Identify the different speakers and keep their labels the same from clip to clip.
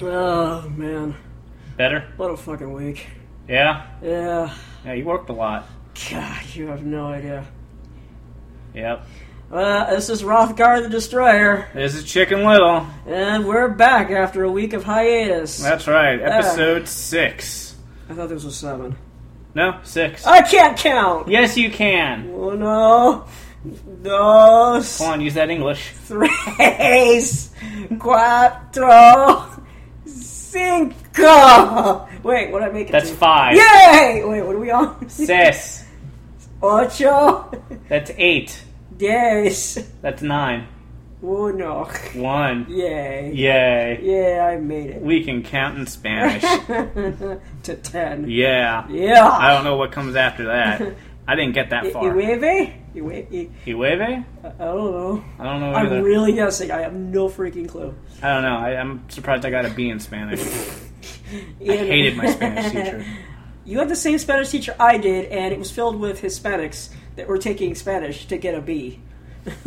Speaker 1: Oh man,
Speaker 2: Better?
Speaker 1: what a fucking week.
Speaker 2: Yeah?
Speaker 1: Yeah,
Speaker 2: Yeah, you worked a lot.
Speaker 1: God, you have no idea.
Speaker 2: Yep.
Speaker 1: Uh, this is Rothgar the Destroyer,
Speaker 2: This is Chicken Little.
Speaker 1: and we're back after a week of hiatus.
Speaker 2: That's right. Episode 6.
Speaker 1: I thought this was seven.
Speaker 2: No, 6.
Speaker 1: I can't count.
Speaker 2: Yes, you can.
Speaker 1: Oh no, dos,
Speaker 2: Come on, use that English.
Speaker 1: tres, cuatro, cinco. Wait, what did I make it?
Speaker 2: That's
Speaker 1: to?
Speaker 2: 5.
Speaker 1: Yay! Wait, what are we on?
Speaker 2: Sis.
Speaker 1: Ocho,
Speaker 2: That's 8.
Speaker 1: diez,
Speaker 2: That's 9.
Speaker 1: uno.
Speaker 2: 1.
Speaker 1: Yay.
Speaker 2: Yay.
Speaker 1: Yeah, I made it.
Speaker 2: We can count in Spanish.
Speaker 1: to 10.
Speaker 2: yeah. I
Speaker 1: Yeah.
Speaker 2: don't know what comes after that. I didn't get that
Speaker 1: I
Speaker 2: far.
Speaker 1: Iwebe? Iwe-
Speaker 2: Iwebe?
Speaker 1: I I don't know.
Speaker 2: I don't know either.
Speaker 1: I'm really guessing. I have no freaking clue.
Speaker 2: I don't know. I, I'm surprised I got a B in Spanish. I
Speaker 1: And-
Speaker 2: hated my Spanish teacher.
Speaker 1: You had the same Spanish teacher I did, and it was filled with Hispanics that were taking Spanish to get a B.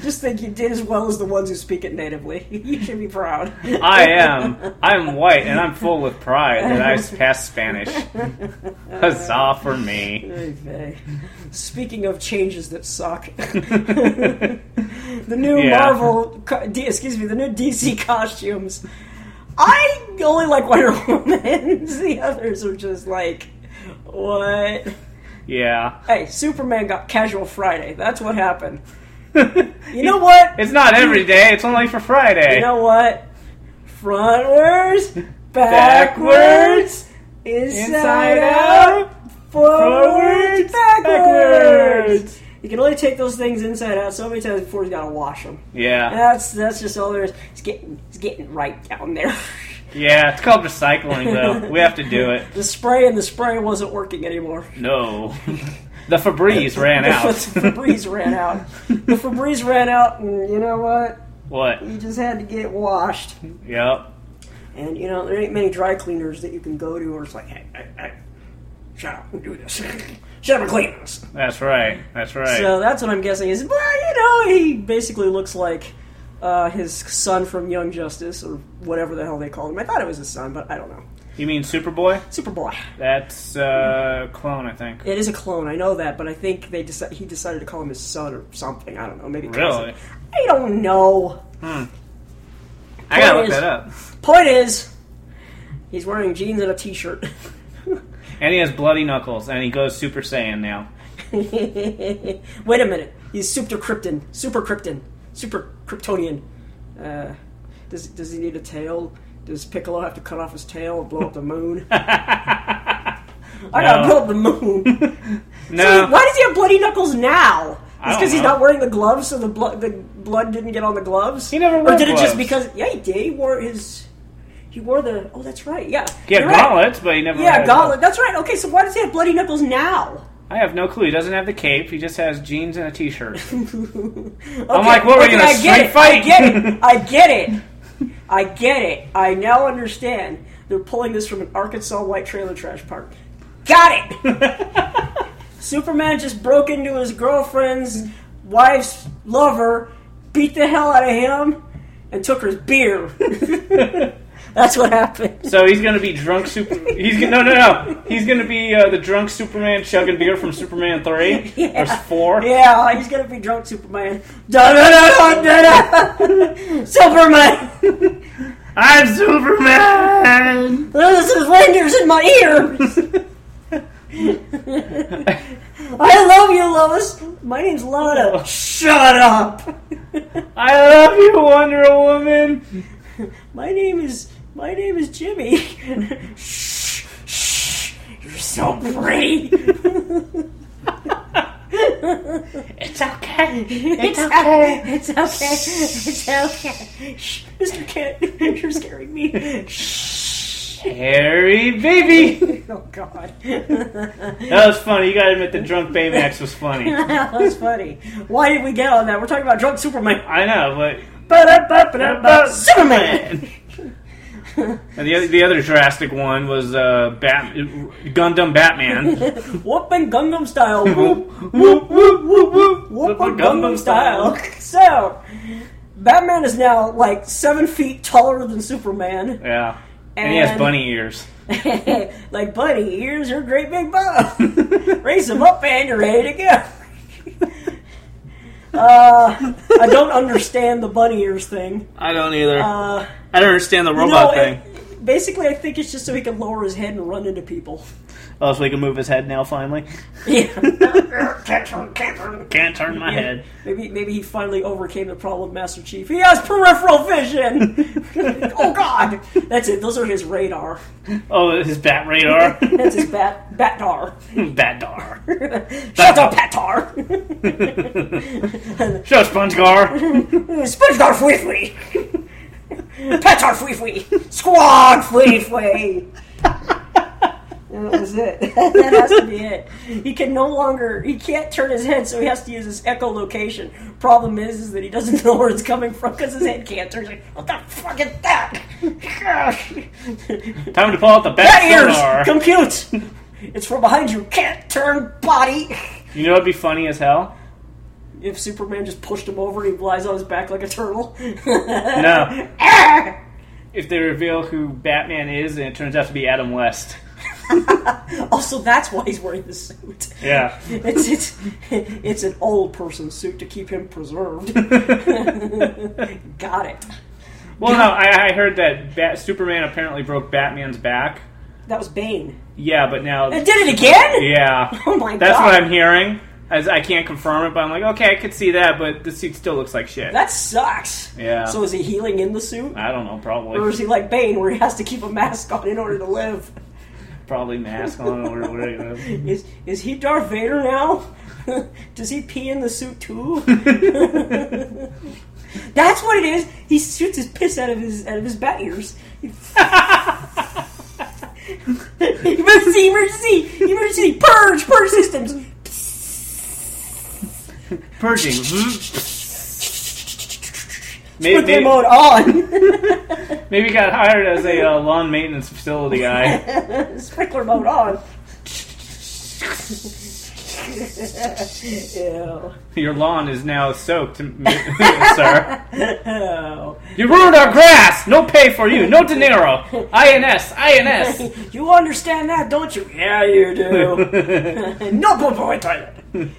Speaker 1: Just think you did as well as the ones who speak it natively. You should be proud.
Speaker 2: I am. I'm white and I'm full with pride that I passed Spanish. Huzzah for me.
Speaker 1: Okay. Speaking of changes that suck, the
Speaker 2: yeah,
Speaker 1: new
Speaker 2: Yeah.
Speaker 1: Marvel, co- D, excuse me, the new DC costumes. I only like Wonder Woman. the others are just like, what? Hey, Superman got Casual Friday. That's what happened. You know what?
Speaker 2: It's not every day, it's only for Friday.
Speaker 1: You know what? Frontwards, backwards,
Speaker 2: Backwards,
Speaker 1: inside,
Speaker 2: inside
Speaker 1: out,
Speaker 2: out,
Speaker 1: forwards, backwards.
Speaker 2: forwards, backwards.
Speaker 1: You can only take those things inside out so many times before you gotta wash them.
Speaker 2: Yeah.
Speaker 1: That's that's just all there is. It's getting it's getting right down there.
Speaker 2: Yeah, it's called recycling though. We have to do it.
Speaker 1: the spray and the spray wasn't working anymore.
Speaker 2: No. The Febreze ran
Speaker 1: The
Speaker 2: out.
Speaker 1: Febreze ran out. The Febreze ran out, and you know what?
Speaker 2: What?
Speaker 1: You just had to get washed.
Speaker 2: Yep.
Speaker 1: And you know there ain't many dry cleaners that you can go to where it's like, hey, hey, hey shut up and do this. Shut up and clean this.
Speaker 2: That's right. That's right.
Speaker 1: So that's what I'm guessing is. Well, you know, he basically looks like uh, his son from Young Justice or whatever the hell they call him. I thought it was his son, but I don't know.
Speaker 2: you mean Superboy?
Speaker 1: Superboy.
Speaker 2: That's uh clone, I think.
Speaker 1: It is a clone. I know that, but I think they deci- he decided to call him his son or something. I don't know. Maybe cousin.
Speaker 2: Really?
Speaker 1: I don't know.
Speaker 2: I gotta
Speaker 1: Point
Speaker 2: look
Speaker 1: is-
Speaker 2: that up.
Speaker 1: Point is, he's wearing jeans and a t-shirt.
Speaker 2: And he has bloody knuckles, and he goes Super Saiyan now.
Speaker 1: Wait a minute. He's super krypton. Super krypton. Super kryptonian. Uh, does does he need a tail? Does Piccolo have to cut off his tail and blow up the moon? I gotta
Speaker 2: No.
Speaker 1: blow up the moon.
Speaker 2: No,
Speaker 1: Why does he have bloody knuckles now?
Speaker 2: I
Speaker 1: It's
Speaker 2: don't
Speaker 1: because he's
Speaker 2: know.
Speaker 1: not wearing the gloves, so the blood the blood didn't get on the gloves.
Speaker 2: He never
Speaker 1: Or
Speaker 2: wore
Speaker 1: did it just
Speaker 2: gloves.
Speaker 1: because? Yeah, he did. He wore his. He wore the. Oh, that's right. Yeah.
Speaker 2: he had
Speaker 1: You're right.
Speaker 2: gauntlets, but he never. had
Speaker 1: Yeah,
Speaker 2: a
Speaker 1: gauntlet. That's right. Okay, so why does he have bloody knuckles now?
Speaker 2: I have no clue. He doesn't have the cape. He just has jeans and a t-shirt.
Speaker 1: Okay,
Speaker 2: like, what, we're
Speaker 1: okay,
Speaker 2: gonna
Speaker 1: I get
Speaker 2: street
Speaker 1: it,
Speaker 2: fight?
Speaker 1: I get it. I get it. I get it. I now understand. They're pulling this from an Arkansas white trailer trash park. Got it. Superman just broke into his girlfriend's wife's lover, beat the hell out of him, and took her beer. That's what happened.
Speaker 2: so he's gonna be drunk. Super. He's gonna, no, no, no. He's gonna be uh, the drunk Superman chugging beer from Superman three
Speaker 1: Yeah.
Speaker 2: or four.
Speaker 1: Yeah, he's gonna be drunk, Superman. Da da da da da. Superman.
Speaker 2: I'm Superman.
Speaker 1: This is Rangers in my ears. I love you, Lois. My name's Lana. Shut up.
Speaker 2: I love you, Wonder Woman.
Speaker 1: My name is my name is Jimmy. shh, shh. You're so pretty.
Speaker 2: It's okay.
Speaker 1: It's okay. It's okay. It's okay. Shh, Mr. Kent, you're scaring me. Shh.
Speaker 2: Harry, baby.
Speaker 1: Oh God.
Speaker 2: That was funny. You gotta admit the drunk Baymax was funny.
Speaker 1: that was funny. Why did we get on that? We're talking about drunk Superman.
Speaker 2: I know, but
Speaker 1: Ba-da-ba-ba-da-ba, Superman.
Speaker 2: and the other, the other drastic one was uh, Bat- Gundam Batman.
Speaker 1: Whooping Gundam style. Whoop,
Speaker 2: whoop, whoop, whoop, whoop.
Speaker 1: whooping
Speaker 2: Gundam
Speaker 1: Gundam style. So, Batman is now like seven feet taller than Superman.
Speaker 2: Yeah. And, he has
Speaker 1: And-
Speaker 2: bunny ears.
Speaker 1: like, buddy, here's your great big bow. Raise him up and you're ready to go. uh, I don't understand the bunny ears thing.
Speaker 2: I don't either.
Speaker 1: Uh,
Speaker 2: I don't understand the
Speaker 1: you
Speaker 2: robot
Speaker 1: know,
Speaker 2: thing.
Speaker 1: it- basically, I think it's just so he can lower his head and run into people.
Speaker 2: oh, so he can move his head now finally.
Speaker 1: Yeah. Can't turn, can't turn.
Speaker 2: Can't turn my head.
Speaker 1: Maybe, maybe he finally overcame the problem of Master Chief. He has peripheral vision. oh God, that's it. Those are his radar.
Speaker 2: Oh, his bat radar.
Speaker 1: That's his bat batar.
Speaker 2: bat dar.
Speaker 1: Shut up, Patar.
Speaker 2: Shut up, SpongeGar.
Speaker 1: Spongar fui fui. Patar fui fui. Squad fui fui. That was it. that has to be it. He can no longer. He can't turn his head, so he has to use his echolocation. Problem is, is that he doesn't know where it's coming from because his head can't turn. He's like, what the fuck is that? Gosh.
Speaker 2: Time to pull out the bat,
Speaker 1: That
Speaker 2: sonar.
Speaker 1: ears compute. It's from behind you. Can't turn body.
Speaker 2: You know what'd be funny as hell?
Speaker 1: If Superman just pushed him over, he lies on his back like a turtle.
Speaker 2: No.
Speaker 1: Ah!
Speaker 2: If they reveal who Batman is and it turns out to be Adam West.
Speaker 1: Also, that's why he's wearing the suit.
Speaker 2: Yeah.
Speaker 1: It's it's it's an old person suit to keep him preserved. Got it.
Speaker 2: Well, no, I, I heard that Bat- Superman apparently broke Batman's back.
Speaker 1: That was Bane.
Speaker 2: Yeah, but now,
Speaker 1: It did it again.
Speaker 2: yeah,
Speaker 1: Oh my
Speaker 2: that's
Speaker 1: god.
Speaker 2: what I'm hearing. As I can't confirm it, but I'm like, okay, I could see that, but the suit still looks like shit.
Speaker 1: That sucks.
Speaker 2: Yeah.
Speaker 1: So is he healing in the suit,
Speaker 2: I don't know,
Speaker 1: or is
Speaker 2: probably,
Speaker 1: he like Bane, where he has to keep a mask on in order to live?
Speaker 2: probably mask on or whatever.
Speaker 1: Is is he Darth Vader now? Does he pee in the suit too? That's what it is. He shoots his piss out of his out of his bat ears. emergency! Emergency! Emergency! Purge! Purge systems!
Speaker 2: Purging. maybe,
Speaker 1: Put the
Speaker 2: maybe,
Speaker 1: mode on.
Speaker 2: maybe got hired as a uh, lawn maintenance facility guy.
Speaker 1: Sprinkler mode on. Ew.
Speaker 2: Your lawn is now soaked, sir.
Speaker 1: Oh.
Speaker 2: You ruined our grass. No pay for you. No dinero. INS. INS.
Speaker 1: You understand that, don't you? Yeah, you do. no boy, boy toilet.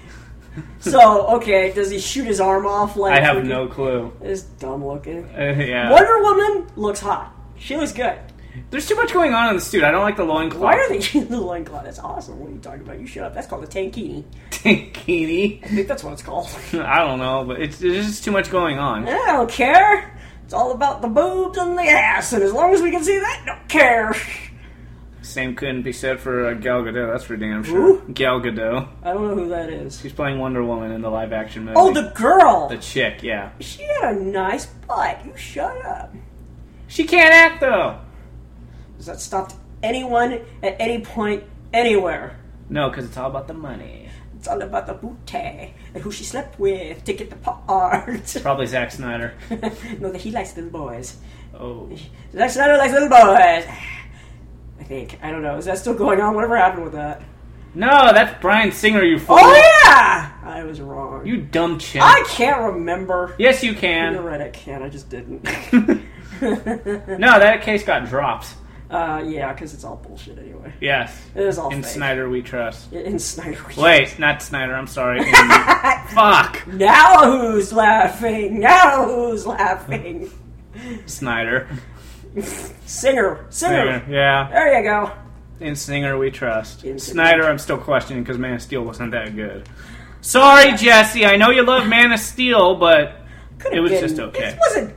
Speaker 1: so okay, does he shoot his arm off? Like
Speaker 2: I have no clue.
Speaker 1: It's dumb looking.
Speaker 2: Uh, yeah.
Speaker 1: Wonder Woman looks hot. She looks good.
Speaker 2: There's too much going on in the suit. I don't like the
Speaker 1: Why
Speaker 2: loincloth.
Speaker 1: are they using the loincloth? That's awesome. What are you talking about? You shut up. That's called a tankini. I
Speaker 2: Tankini.
Speaker 1: think that's what it's called.
Speaker 2: I don't know, but it's, there's just too much going on.
Speaker 1: I don't care. It's all about the boobs and the ass, and as long as we can see that, don't care.
Speaker 2: Same couldn't be said for uh, Gal Gadot. That's for damn sure.
Speaker 1: Who?
Speaker 2: Gal Gadot.
Speaker 1: I don't know who that is.
Speaker 2: She's playing Wonder Woman in the live action movie.
Speaker 1: Oh, the girl.
Speaker 2: the chick. Yeah.
Speaker 1: She had a nice butt. You shut up.
Speaker 2: She can't act though.
Speaker 1: Has that stopped anyone at any point anywhere?
Speaker 2: No, because it's all about the money.
Speaker 1: It's all about the booty and who she slept with to get the part.
Speaker 2: Probably Zack Snyder.
Speaker 1: no, that he likes little boys.
Speaker 2: Oh.
Speaker 1: Zack Snyder likes little boys. I think. I don't know. Is that still going on? Whatever happened with that?
Speaker 2: No, that's Brian Singer. You fool.
Speaker 1: Oh yeah! I was wrong.
Speaker 2: You dumb chick.
Speaker 1: I can't remember.
Speaker 2: Yes, you
Speaker 1: You're
Speaker 2: can.
Speaker 1: right, I can. I just didn't.
Speaker 2: No, that case got dropped.
Speaker 1: uh, yeah, because it's all bullshit anyway.
Speaker 2: Yes.
Speaker 1: It is all
Speaker 2: In
Speaker 1: fake.
Speaker 2: Snyder we trust.
Speaker 1: In Snyder.
Speaker 2: Wait, not Snyder. I'm sorry. In- Fuck,
Speaker 1: Now who's laughing? Now who's laughing?
Speaker 2: Snyder.
Speaker 1: Oh. Singer, singer.
Speaker 2: Singer, yeah.
Speaker 1: There you go.
Speaker 2: In Singer we trust.
Speaker 1: In Singer.
Speaker 2: Snyder, I'm still questioning because Man of Steel wasn't that good. Sorry, Jesse. I know you love Man of Steel, but
Speaker 1: Could've
Speaker 2: It was
Speaker 1: been-
Speaker 2: just okay.
Speaker 1: It wasn't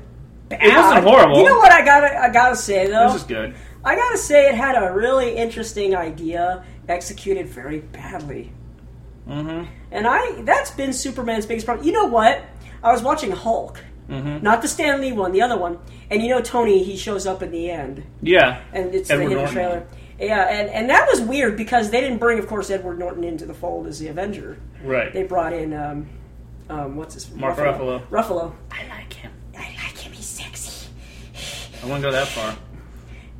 Speaker 1: bad.
Speaker 2: It wasn't horrible.
Speaker 1: You know what I gotta I gotta say though?
Speaker 2: this is good.
Speaker 1: I gotta say it had a really interesting idea executed very badly.
Speaker 2: Mm-hmm.
Speaker 1: And I that's been Superman's biggest problem. You know what? I was watching Hulk.
Speaker 2: Mhm.
Speaker 1: Not the Stan Lee one, the other one. And you know Tony, he shows up in the end.
Speaker 2: Yeah.
Speaker 1: and it's
Speaker 2: Edward
Speaker 1: the hidden
Speaker 2: Norton.
Speaker 1: trailer. Yeah, and, and that was weird because they didn't bring, of course, Edward Norton into the fold as the Avenger. They
Speaker 2: Right.
Speaker 1: brought in, um, um, what's his
Speaker 2: Mark
Speaker 1: Ruffalo. Ruffalo.
Speaker 2: I like him.
Speaker 1: I like him. He's sexy.
Speaker 2: I wouldn't go that far.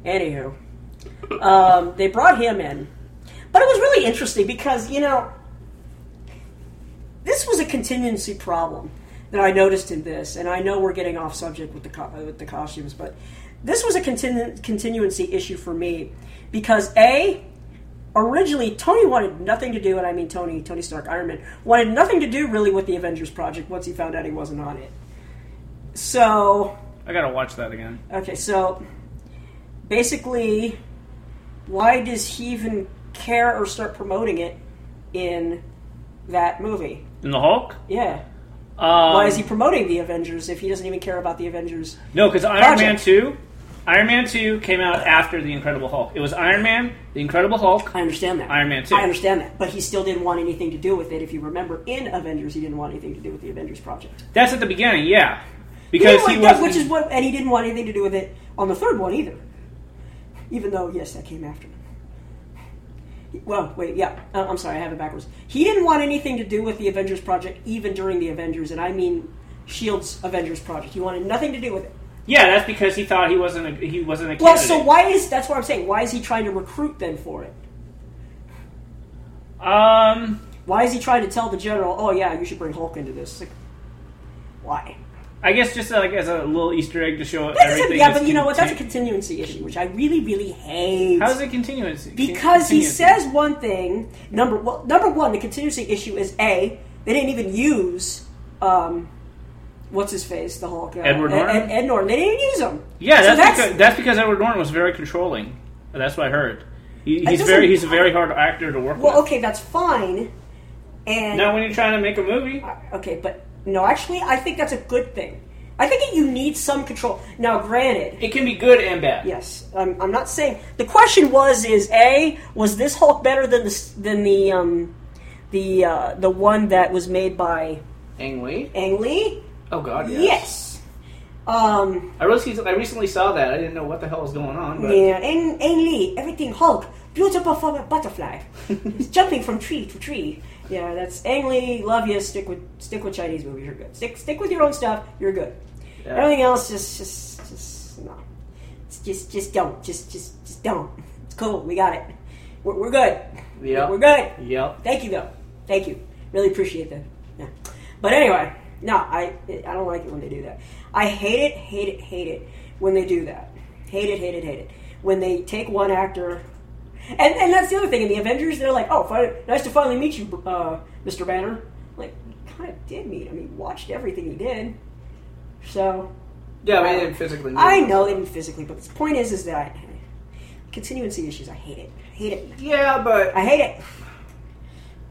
Speaker 1: Anywho, um, they brought him in, but it was really interesting because you know this was a contingency problem. that I noticed in this, and I know we're getting off subject with the co- with the costumes, but this was a continu- continuancy issue for me because a originally Tony wanted nothing to do, and I mean Tony, Tony Stark, Iron Man, wanted nothing to do really with the Avengers project once he found out he wasn't on it. So
Speaker 3: I gotta watch that again.
Speaker 1: Okay, so basically, why does he even care or start promoting it in that movie?
Speaker 3: In the Hulk?
Speaker 1: Yeah.
Speaker 3: Um,
Speaker 1: Why is he promoting the Avengers if he doesn't even care about the Avengers?
Speaker 3: No, because Iron
Speaker 1: Project.
Speaker 3: Man two, Iron Man two came out after the Incredible Hulk. It was Iron Man, the Incredible Hulk.
Speaker 1: I understand that.
Speaker 3: Iron Man 2.
Speaker 1: I understand that. But he still didn't want anything to do with it. If you remember, in Avengers, he didn't want anything to do with the Avengers project.
Speaker 3: That's at the beginning, yeah.
Speaker 1: He
Speaker 3: Because
Speaker 1: didn't
Speaker 3: he
Speaker 1: want- that-
Speaker 3: was,
Speaker 1: which is what, and he didn't want anything to do with it on the third one either. Even though, yes, that came after. Well, wait, yeah, uh, I'm sorry, I have it backwards. He didn't want anything to do with the Avengers project, even during the Avengers, and I E mean Shield's Avengers project. He wanted nothing to do with it.
Speaker 3: yeah. That's because he thought he wasn't a, he wasn't a
Speaker 1: Well,
Speaker 3: candidate.
Speaker 1: so why is that's what I'm saying? Why is he trying to recruit them for it?
Speaker 3: Um,
Speaker 1: Why is he trying to tell the general, "Oh yeah, you should bring Hulk into this"? Like, why?
Speaker 3: I guess just like as a little Easter egg to show
Speaker 1: That's a,
Speaker 3: everything.
Speaker 1: yeah,
Speaker 3: is
Speaker 1: but you know what? That's a
Speaker 3: contin-
Speaker 1: continuancy issue, which I really, really hate.
Speaker 3: How's it continuous?
Speaker 1: because he
Speaker 3: continuous?
Speaker 1: says one thing. Number well, number one, the continuancy issue is a they didn't even use um, what's his face, the Hulk, uh,
Speaker 3: Edward
Speaker 1: Ed-
Speaker 3: Norton?
Speaker 1: Ed, Ed Norton. They didn't even use him.
Speaker 3: Yeah,
Speaker 1: So
Speaker 3: that's
Speaker 1: that's-
Speaker 3: because, that's because Edward Norton was very controlling. That's what I heard. He, he's
Speaker 1: doesn't-
Speaker 3: very he's a very hard actor to work
Speaker 1: Well,
Speaker 3: with.
Speaker 1: okay, that's fine. And
Speaker 3: Now, when you're trying to make a movie,
Speaker 1: okay, but no, actually, I think that's a good thing. I think that you need some control. Now, granted,
Speaker 3: it can be good and bad.
Speaker 1: Yes, I'm, I'm not saying. The question was: Is a was this Hulk better than the than the um the uh, the one that was made by
Speaker 3: Ang Lee?
Speaker 1: Ang Lee?
Speaker 3: Oh God,
Speaker 1: Yes. Um.
Speaker 3: I recently, I recently saw that. I didn't know what the hell was going on. But
Speaker 1: Yeah. Ang, Ang Lee. Everything Hulk. Beautiful form of butterfly. He's jumping from tree to tree. Yeah, that's Ang Lee. Love you. Stick with stick with Chinese movies. You're good. Stick stick with your own stuff. You're good.
Speaker 3: Yeah.
Speaker 1: Everything else, just, just, just no. It's Just, just don't. Just, just, just don't. It's cool. We got it. We're, we're good.
Speaker 3: Yep.
Speaker 1: We're good.
Speaker 3: Yep.
Speaker 1: Thank you, though. Thank you. Really appreciate that. Yeah. But anyway, no, I, I don't like it when they do that. I hate it, hate it, hate it when they do that. Hate it, hate it, hate it. When they take one actor. And, and that's the other thing. In the Avengers, they're like, oh, fine, nice to finally meet you, uh, Mr. Banner. Like, kind of did meet him. He watched everything he did. So,
Speaker 2: Yeah, I mean, they didn't physically.
Speaker 1: I know they didn't physically, but the point is, is that continuancy issues. I hate it. I hate it.
Speaker 2: Yeah, but
Speaker 1: I hate it.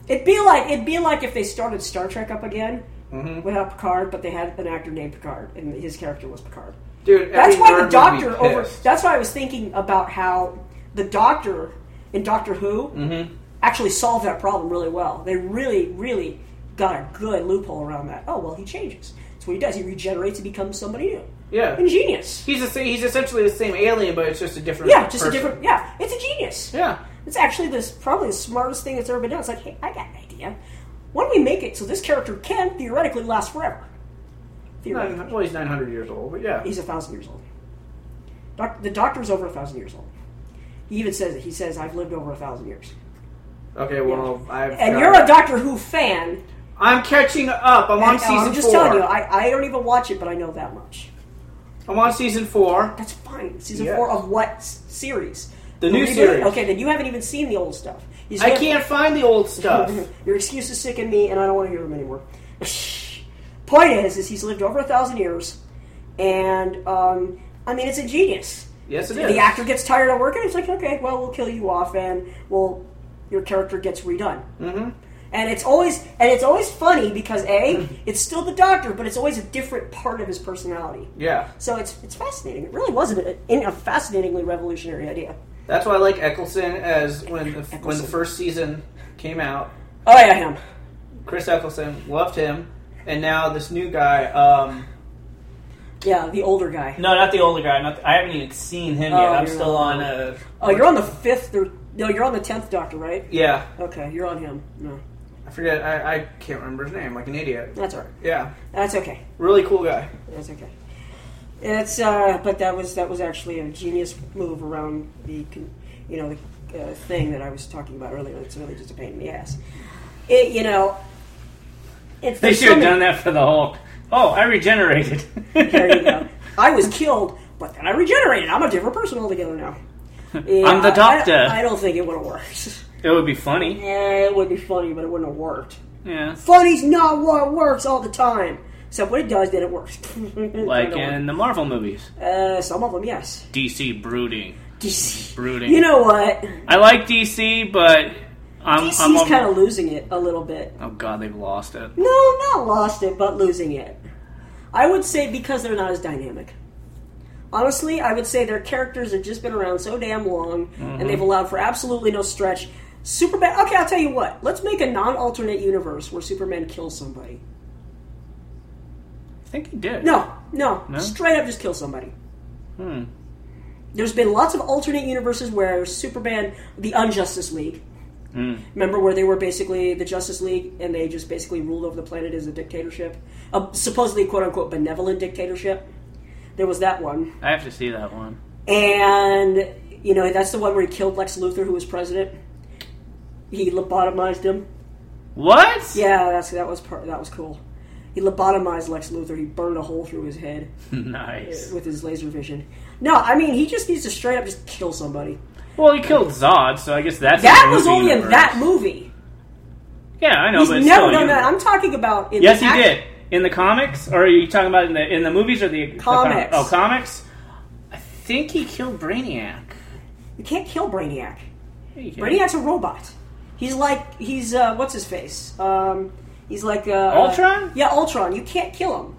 Speaker 1: It'd be like it'd be like if they started Star Trek up again
Speaker 2: Mhm.
Speaker 1: without Picard, but they had an actor named Picard, and his character was Picard.
Speaker 2: dude,
Speaker 1: That's
Speaker 2: every
Speaker 1: why the
Speaker 2: nerd would be
Speaker 1: Doctor over.
Speaker 2: pissed.
Speaker 1: That's why I was thinking about how the Doctor in Doctor Who
Speaker 2: Mm-hmm.
Speaker 1: actually solved that problem really well. They really, really got a good loophole around that. Oh well, he changes. That's what he does. He regenerates and becomes somebody new.
Speaker 2: Yeah,
Speaker 1: Ingenious.
Speaker 2: he's the same, he's essentially the same alien, but it's just a different.
Speaker 1: Yeah, just a
Speaker 2: person.
Speaker 1: different. Yeah, it's a genius.
Speaker 2: Yeah,
Speaker 1: It's actually this probably the smartest thing that's ever been done. It's like, hey, I got an idea. Why don't we make it so this character can theoretically last forever? Theoretically,
Speaker 2: Nine- well, he's nine hundred years old, but yeah,
Speaker 1: he's a thousand years old. Doc, the doctor's over a thousand years old. He even says it. He says, "I've lived over a thousand years."
Speaker 2: okay. Well, I've
Speaker 1: And
Speaker 2: got-
Speaker 1: you're a Doctor Who fan.
Speaker 2: I'm catching up. I'm on
Speaker 1: and, uh,
Speaker 2: season
Speaker 1: I'm just
Speaker 2: four.
Speaker 1: telling you, I, I don't even watch it, but I know that much.
Speaker 2: I'm on season four.
Speaker 1: That's fine. Season
Speaker 2: Yeah.
Speaker 1: four of what s- series?
Speaker 2: The new
Speaker 1: reboot?
Speaker 2: series.
Speaker 1: Okay, then you haven't even seen the old stuff. You
Speaker 2: I
Speaker 1: have-
Speaker 2: can't find the old stuff.
Speaker 1: Your excuses sicken me, and I don't want to hear them anymore. Point is, is he's lived over a thousand years, and um, I mean, it's ingenious.
Speaker 2: yes, it is.
Speaker 1: The actor gets tired of working. It's like, okay, well, we'll kill you off, and well, your character gets redone.
Speaker 2: Mhm.
Speaker 1: And it's always and it's always funny because a, it's still the Doctor, but it's always a different part of his personality.
Speaker 2: Yeah,
Speaker 1: So it's it's fascinating. It really was a, a fascinatingly revolutionary idea.
Speaker 2: that's why I like Eccleston as when the, when the
Speaker 1: Eccleston.
Speaker 2: first season came out.
Speaker 1: Oh yeah, him.
Speaker 2: Chris Eccleston loved him, and now this new guy. um...
Speaker 1: Yeah, the older guy.
Speaker 3: No, not the older guy. Not the, I haven't even seen him
Speaker 1: Oh,
Speaker 3: yet. I'm
Speaker 1: you're
Speaker 3: still
Speaker 1: on-
Speaker 3: on. Uh,
Speaker 1: Oh, you're on the fifth or no, you're on the tenth Doctor, right?
Speaker 2: Yeah,
Speaker 1: Okay, you're on him. No,
Speaker 2: I forget. I, I can't remember his name. Like an idiot.
Speaker 1: that's all right.
Speaker 2: Yeah,
Speaker 1: That's okay.
Speaker 2: really cool guy.
Speaker 1: That's okay. It's uh, but that was that was actually a genius move around the, con- you know, the uh, thing that I was talking about earlier. It's really just a pain in the ass. It, you know, it's
Speaker 3: they
Speaker 1: there's
Speaker 3: should have
Speaker 1: so many-
Speaker 3: done that for the Hulk.
Speaker 2: Oh, I regenerated.
Speaker 1: There you go. I was killed, but then I regenerated. I'm a different person altogether now. Yeah,
Speaker 2: I'm the
Speaker 1: I-
Speaker 2: doctor.
Speaker 1: I, I don't think it would have worked.
Speaker 2: It would be funny.
Speaker 1: Yeah, it would be funny, but it wouldn't have worked.
Speaker 2: Yeah.
Speaker 1: Funny's not what works all the time. Except when it does, then it works.
Speaker 2: Like in the Marvel movies.
Speaker 1: uh, some of them, yes.
Speaker 2: DC brooding.
Speaker 1: DC.
Speaker 2: Brooding. Uh-huh.
Speaker 1: You know what?
Speaker 2: I like DC, but I'm I'm
Speaker 1: DC's
Speaker 2: over-
Speaker 1: kind of losing it a little bit.
Speaker 2: Oh god, they've lost it.
Speaker 1: No, not lost it, but losing it. I would say because they're not as dynamic. Honestly, I would say their characters have just been around so damn long, and
Speaker 2: Mm-hmm.
Speaker 1: they've allowed for absolutely no stretch. Superman. Okay, I'll tell you what. Let's make a non-alternate universe where Superman kills somebody.
Speaker 2: I think he did.
Speaker 1: No, no,
Speaker 2: No?
Speaker 1: straight up, just kill somebody.
Speaker 2: Hmm.
Speaker 1: There's been lots of alternate universes where Superman, the Unjustice League,
Speaker 2: Hmm.
Speaker 1: Remember where they were basically the Justice League and they just basically ruled over the planet as a dictatorship? A supposedly quote unquote benevolent dictatorship. There was that one.
Speaker 2: I have to see that one.
Speaker 1: And, you know, that's the one where he killed Lex Luthor, who was president. He lobotomized him.
Speaker 2: What?
Speaker 1: Yeah, that's that was part, that was cool. He lobotomized Lex Luthor. He burned a hole through his head
Speaker 2: nice.
Speaker 1: with his laser vision. No, I mean he just needs to straight up just kill somebody.
Speaker 2: Well, he killed Zod, so I guess that's
Speaker 1: That
Speaker 2: a
Speaker 1: was
Speaker 2: movie
Speaker 1: only in
Speaker 2: universe.
Speaker 1: that movie.
Speaker 2: Yeah, I know,
Speaker 1: He's
Speaker 2: but it's
Speaker 1: never
Speaker 2: still
Speaker 1: done
Speaker 2: a
Speaker 1: that.
Speaker 2: universe.
Speaker 1: I'm talking about in
Speaker 2: Yes,
Speaker 1: the
Speaker 2: he
Speaker 1: act-
Speaker 2: did. In the comics, or are you talking about in the in the movies or the the com-
Speaker 1: Comics.
Speaker 2: oh, comics. I think he killed Brainiac.
Speaker 1: You can't kill Brainiac.
Speaker 2: Yeah, he killed-
Speaker 1: Brainiac's a robot. He's like he's uh, what's his face? Um, he's like uh,
Speaker 2: Ultron?
Speaker 1: yeah, Ultron. You can't kill him.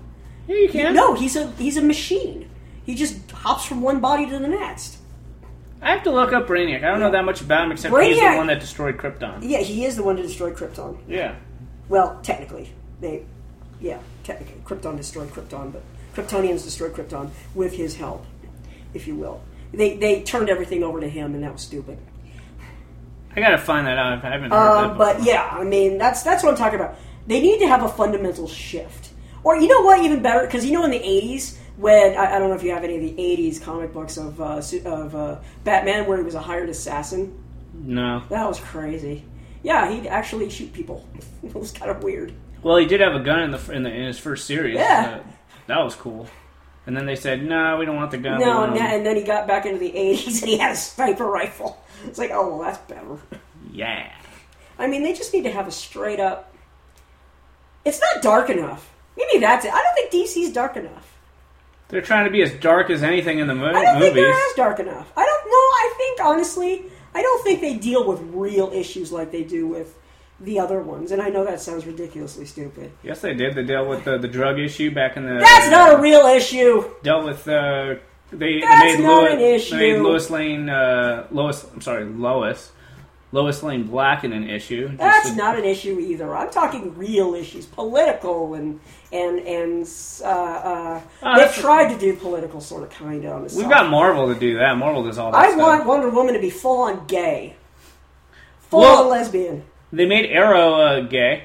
Speaker 2: Yeah, you can.
Speaker 1: No, he's a he's a machine. He just hops from one body to the next.
Speaker 2: I have to look up Brainiac. I don't know that much about him except he's the
Speaker 1: Brainiac-
Speaker 2: one that destroyed Krypton.
Speaker 1: Yeah, he is the one to destroy Krypton.
Speaker 2: Yeah.
Speaker 1: Well, technically, they yeah, technically Krypton destroyed Krypton, but Kryptonians destroyed Krypton with his help, if you will. They they turned everything over to him, and that was stupid.
Speaker 2: I gotta find that out. I haven't heard
Speaker 1: Um,
Speaker 2: that.
Speaker 1: but
Speaker 2: before.
Speaker 1: yeah, I mean that's that's what I'm talking about. They need to have a fundamental shift, or you know what, even better, because you know in the '80s when I, I don't know if you have any of the '80s comic books of uh, su- of uh, Batman where he was a hired assassin.
Speaker 2: no.
Speaker 1: That was crazy. Yeah, he'd actually shoot people. it was kind of weird.
Speaker 2: Well, he did have a gun in the f- in, the, in his first series.
Speaker 1: Yeah.
Speaker 2: so that was cool. And then they said, "No, we don't want the gun." we
Speaker 1: no,
Speaker 2: want
Speaker 1: and,
Speaker 2: him."
Speaker 1: that, and then he got back into the '80s and he had a sniper rifle. It's like, oh well, that's better.
Speaker 2: yeah.
Speaker 1: I mean, they just need to have a straight up. It's not dark enough. Maybe that's it. I don't think DC's dark enough.
Speaker 2: They're trying to be as dark as anything in the mo-
Speaker 1: I don't think
Speaker 2: movies.
Speaker 1: they're as dark enough. I don't know. I think honestly, I don't think they deal with real issues like they do with the other ones. And I know that sounds ridiculously stupid.
Speaker 2: yes, they did. They dealt with the, the drug issue back in the.
Speaker 1: That's not a real issue.
Speaker 2: dealt with. Uh, they, they
Speaker 1: That's
Speaker 2: made
Speaker 1: not
Speaker 2: Lois,
Speaker 1: an issue.
Speaker 2: They made Lois Lane. Uh, Lois, I'm sorry, Lois. Lois Lane Black in an issue. Just
Speaker 1: That's
Speaker 2: with-
Speaker 1: not an issue either. I'm talking real issues, political and and and uh, uh,
Speaker 2: Ah,
Speaker 1: they've
Speaker 2: that's-
Speaker 1: tried to do political sort of kind of. on the
Speaker 2: We've
Speaker 1: side.
Speaker 2: got Marvel to do that. Marvel does all that.
Speaker 1: I
Speaker 2: stuff.
Speaker 1: want Wonder Woman to be full on gay, full
Speaker 2: Well-
Speaker 1: on lesbian.
Speaker 2: They made Arrow uh, gay.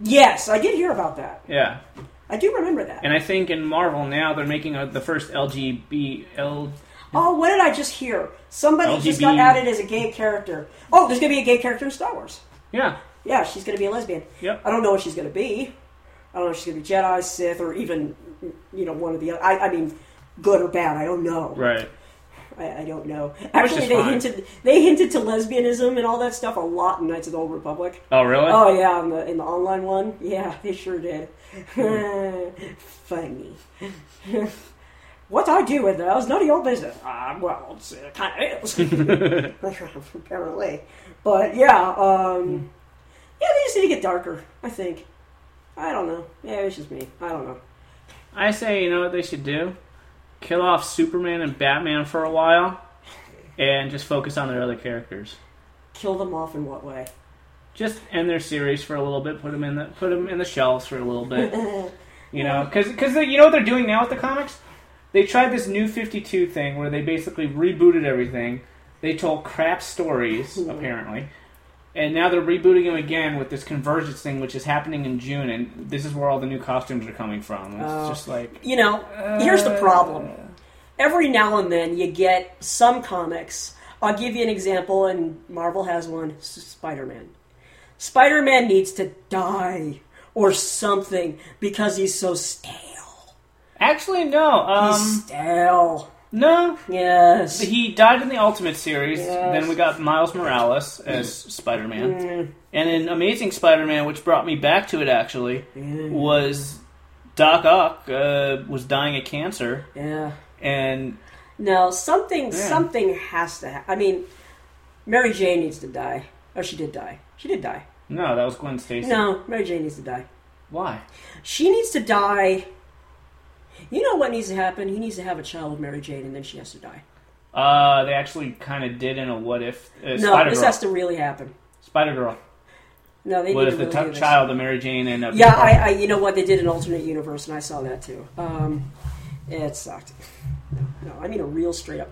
Speaker 1: Yes, I did hear about that.
Speaker 2: Yeah.
Speaker 1: I do remember that.
Speaker 2: And I think in Marvel now they're making uh the first LGB L.
Speaker 1: Oh, what did I just hear? Somebody just got
Speaker 2: LGBT.
Speaker 1: added as a gay character. Oh, there's going to be a gay character in Star Wars.
Speaker 2: Yeah.
Speaker 1: Yeah, she's going to be a lesbian.
Speaker 2: Yep.
Speaker 1: I don't know what she's going to be. I don't know if she's going to be Jedi, Sith, or even, you know, one of the other. I, I mean, good or bad. I don't know.
Speaker 2: Right.
Speaker 1: I, I don't know. Actually,
Speaker 2: is
Speaker 1: they
Speaker 2: fine.
Speaker 1: hinted they hinted to lesbianism and all that stuff a lot in Knights of the Old Republic.
Speaker 2: Oh really?
Speaker 1: Oh yeah, in the in the online one, yeah, they sure did. Funny. what I do with those? None of your business. Uh, well, it's, it kind of is. Apparently, but yeah, um, yeah, they just need to get darker. I think. I don't know. Yeah, it's just me. I don't know.
Speaker 2: I say you know what they should do? Kill off Superman and Batman for a while, and just focus on their other characters.
Speaker 1: Kill them off in what way?
Speaker 2: Just end their series for a little bit. Put them in the put 'em in the shelves for a little bit. You know, because you know what they're doing now with the comics? They tried this new 52 thing where they basically rebooted everything. They told crap stories, apparently. And now they're rebooting them again with this convergence thing, which is happening in June, and this is where all the new costumes are coming from. It's
Speaker 1: Oh.
Speaker 2: just like.
Speaker 1: You know, here's the problem.
Speaker 3: Uh.
Speaker 1: Every now and then you get some comics. I'll give you an example, and Marvel has one S- Spider Man. Spider Man needs to die or something because he's so stale.
Speaker 3: Actually, no. Um,
Speaker 1: He's stale.
Speaker 3: no.
Speaker 1: Yes.
Speaker 3: He died in the Ultimate series.
Speaker 1: Yes. Mm.
Speaker 3: Then we got Miles Morales as Spider Man. And in Amazing Spider Man, which brought me back to it actually,
Speaker 1: Mm,
Speaker 3: was Doc Ock uh, was dying of cancer.
Speaker 1: yeah.
Speaker 3: And
Speaker 1: No, something
Speaker 3: Yeah.
Speaker 1: something has to. Ha- I mean, Mary Jane needs to die. Oh, she did die. She did die.
Speaker 3: no, that was Gwen Stacy.
Speaker 1: No, Mary Jane needs to die.
Speaker 3: Why?
Speaker 1: She needs to die. You know what needs to happen? He needs to have a child with Mary Jane, and then she has to die.
Speaker 3: Uh, they actually kind of did in a what if uh,
Speaker 1: no,
Speaker 3: Spider
Speaker 1: this
Speaker 3: Girl.
Speaker 1: has to really happen.
Speaker 3: Spider Girl.
Speaker 1: No, they
Speaker 3: What
Speaker 1: need
Speaker 3: if
Speaker 1: to
Speaker 3: the
Speaker 1: really do
Speaker 3: t-
Speaker 1: this.
Speaker 3: child of Mary Jane and uh,
Speaker 1: Yeah, I, I. You know what? They did an alternate universe, and I saw that too. Um, it sucked. No, I mean a real straight up.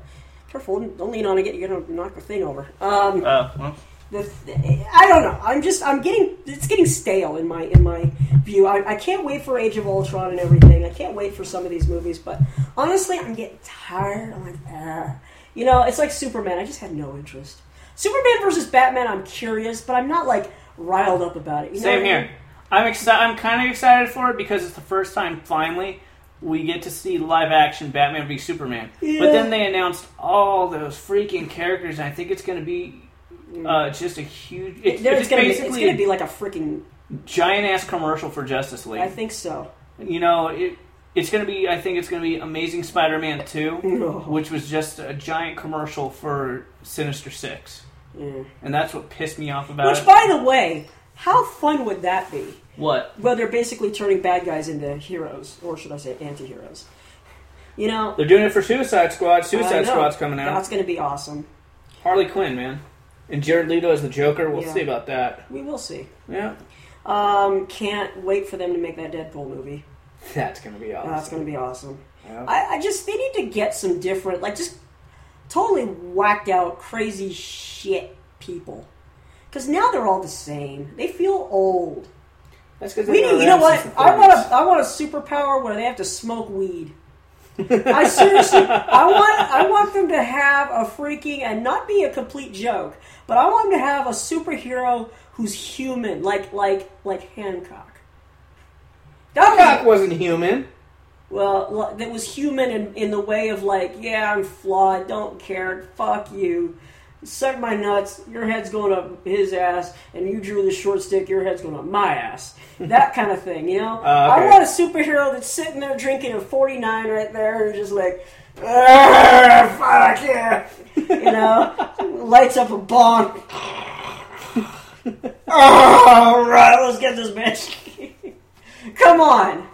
Speaker 1: Careful! Don't lean on it. You're gonna knock the thing over. Um,
Speaker 3: Uh, well,
Speaker 1: the th- I don't know. I'm just I'm getting it's getting stale in my in my view. I, I can't wait for Age of Ultron and everything. I can't wait for some of these movies. But honestly, I'm getting tired. I'm like, ah. you know, it's like Superman. I just had no interest. Superman versus Batman. I'm curious, but I'm not like riled up about it. You know
Speaker 3: Same
Speaker 1: what I mean?
Speaker 3: here. I'm excited. I'm kind of excited for it because it's the first time finally we get to see live action Batman v Superman.
Speaker 1: Yeah.
Speaker 3: But then they announced all those freaking characters, and I think it's going to be uh, just a huge. It,
Speaker 1: Mm. There-
Speaker 3: it's,
Speaker 1: it's gonna be, it's
Speaker 3: basically
Speaker 1: gonna be like a freaking.
Speaker 3: a giant ass commercial for Justice League.
Speaker 1: I think so.
Speaker 3: you know it. It's gonna be. I think it's gonna be Amazing Spider-Man Two,
Speaker 1: No.
Speaker 3: which was just a giant commercial for Sinister Six,
Speaker 1: Yeah.
Speaker 3: and that's what pissed me off about
Speaker 1: Which,
Speaker 3: it.
Speaker 1: by the way, how fun would that be?
Speaker 3: What?
Speaker 1: Well, they're basically turning bad guys into heroes, or should I say anti-heroes. You know,
Speaker 3: They're doing it for Suicide Squad.
Speaker 1: I
Speaker 3: Suicide
Speaker 1: know.
Speaker 3: Squad's coming out.
Speaker 1: That's going to be awesome.
Speaker 3: Harley Quinn, man. And Jared Leto as the Joker. We'll
Speaker 1: Yeah.
Speaker 3: see about that.
Speaker 1: We will see.
Speaker 3: Yeah.
Speaker 1: Um, can't wait for them to make that Deadpool movie.
Speaker 3: That's going to be awesome.
Speaker 1: That's going to be awesome.
Speaker 3: Yeah.
Speaker 1: I, I just they need to get some different, like just totally whacked out, crazy shit people. Because now they're all the same. They feel old.
Speaker 2: That's because
Speaker 1: We need, you know what? I want a, I want a superpower where they have to smoke weed. I seriously, I want, I want them to have a freaking and not be a complete joke, but I want them to have a superhero who's human, like like like Hancock. That
Speaker 2: Doc
Speaker 1: was
Speaker 2: wasn't human.
Speaker 1: well, lo- that was human in, in the way of like, yeah, I'm flawed, don't care, fuck you. Suck my nuts, your head's going up his ass, and you drew the short stick, your head's going up my ass. That kind of thing, you know?
Speaker 2: Ah, okay.
Speaker 1: I want a superhero that's sitting there drinking a 49 right there and just like, "Ah, fuck yeah! You know? Lights up a bomb. Alright, let's get this bitch. Come on!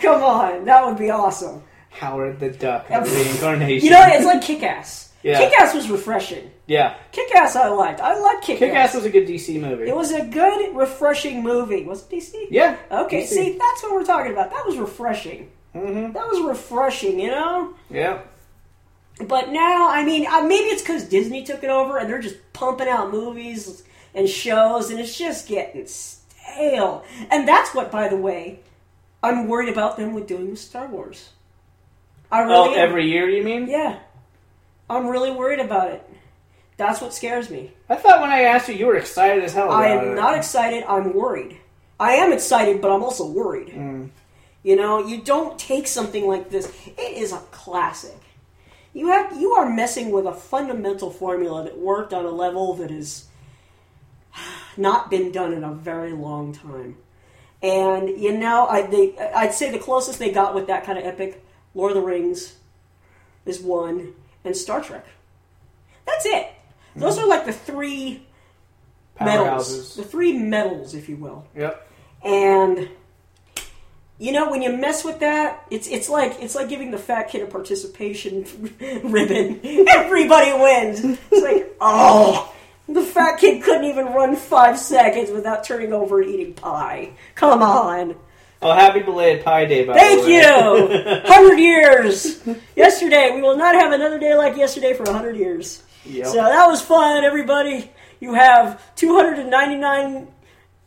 Speaker 1: Come on, that would be awesome.
Speaker 2: Howard the Duck
Speaker 1: Yeah.
Speaker 2: reincarnation.
Speaker 1: You know, it's like Kick Ass.
Speaker 2: Yeah.
Speaker 1: Kick Ass was refreshing.
Speaker 2: yeah.
Speaker 1: Kick Ass I liked. I liked Kick
Speaker 2: Kick Ass
Speaker 1: Ass.
Speaker 2: was a good DC movie.
Speaker 1: It was Uh, a good, refreshing movie. Was it DC?
Speaker 2: yeah.
Speaker 1: Okay,
Speaker 2: DC.
Speaker 1: see, that's what we're talking about. That was refreshing.
Speaker 2: Mhm.
Speaker 1: That was refreshing, you know?
Speaker 2: Yeah.
Speaker 1: But now, I mean, uh, maybe it's because Disney took it over and they're just pumping out movies and shows, and it's just getting stale. And that's what, by the way, I'm worried about them with doing with Star Wars. I really
Speaker 3: oh,
Speaker 1: am.
Speaker 3: every year, you mean?
Speaker 1: Yeah. I'm really worried about it. That's what scares me.
Speaker 2: I thought when I asked you, you were excited as hell. About
Speaker 1: I am
Speaker 2: it.
Speaker 1: not excited. I'm worried. I am excited, but I'm also worried.
Speaker 2: Mm.
Speaker 1: You know, you don't take something like this. It is a classic. You have you are messing with a fundamental formula that worked on a level that has not been done in a very long time. And you know, I they, I'd say the closest they got with that kind of epic, Lord of the Rings, is one, and Star Trek. That's it. Those
Speaker 2: Mm.
Speaker 1: are like the three medals, the
Speaker 2: Powerhouses.
Speaker 1: three medals, if you will.
Speaker 2: Yep.
Speaker 1: And you know, when you mess with that, it's it's like it's like giving the fat kid a participation ribbon. Everybody wins. It's like oh. The fat kid couldn't even run five seconds without turning over and eating pie. Come on.
Speaker 2: Oh, happy belated Pie Day, by
Speaker 1: Thank
Speaker 2: the way.
Speaker 1: you! 100 years! Yesterday, we will not have another day like yesterday for 100 years.
Speaker 2: Yep.
Speaker 1: So that was fun, everybody. You have 299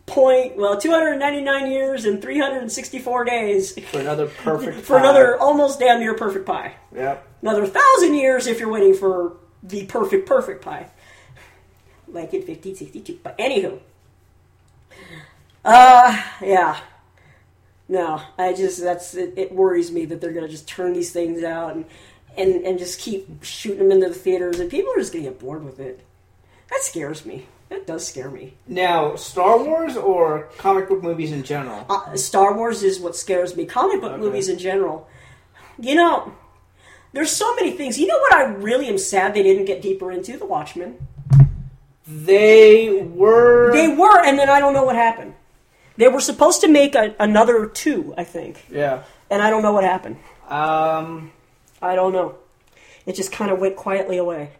Speaker 1: point, well, 299 years and 364 days
Speaker 2: for another perfect.
Speaker 1: for
Speaker 2: pie.
Speaker 1: another almost damn near perfect pie.
Speaker 2: Yep.
Speaker 1: Another thousand years if you're waiting for the perfect, perfect pie. Like in 1562. But anywho. Uh, yeah. No, I just that's it, it worries me that they're gonna just turn these things out and and and just keep shooting them into the theaters and people are just gonna get bored with it. That scares me. That does scare me.
Speaker 2: Now, Star Wars or comic book movies in general?
Speaker 1: Uh, Star Wars is what scares me. Comic book
Speaker 2: Okay.
Speaker 1: movies in general. You know, there's so many things. You know what I really am sad they didn't get deeper into the Watchmen.
Speaker 2: They were.
Speaker 1: They were, and then I don't know what happened. They were supposed to make a, another two, I think,
Speaker 2: yeah.
Speaker 1: and I don't know what happened.
Speaker 2: Um.
Speaker 1: I don't know. It just kind of went quietly away.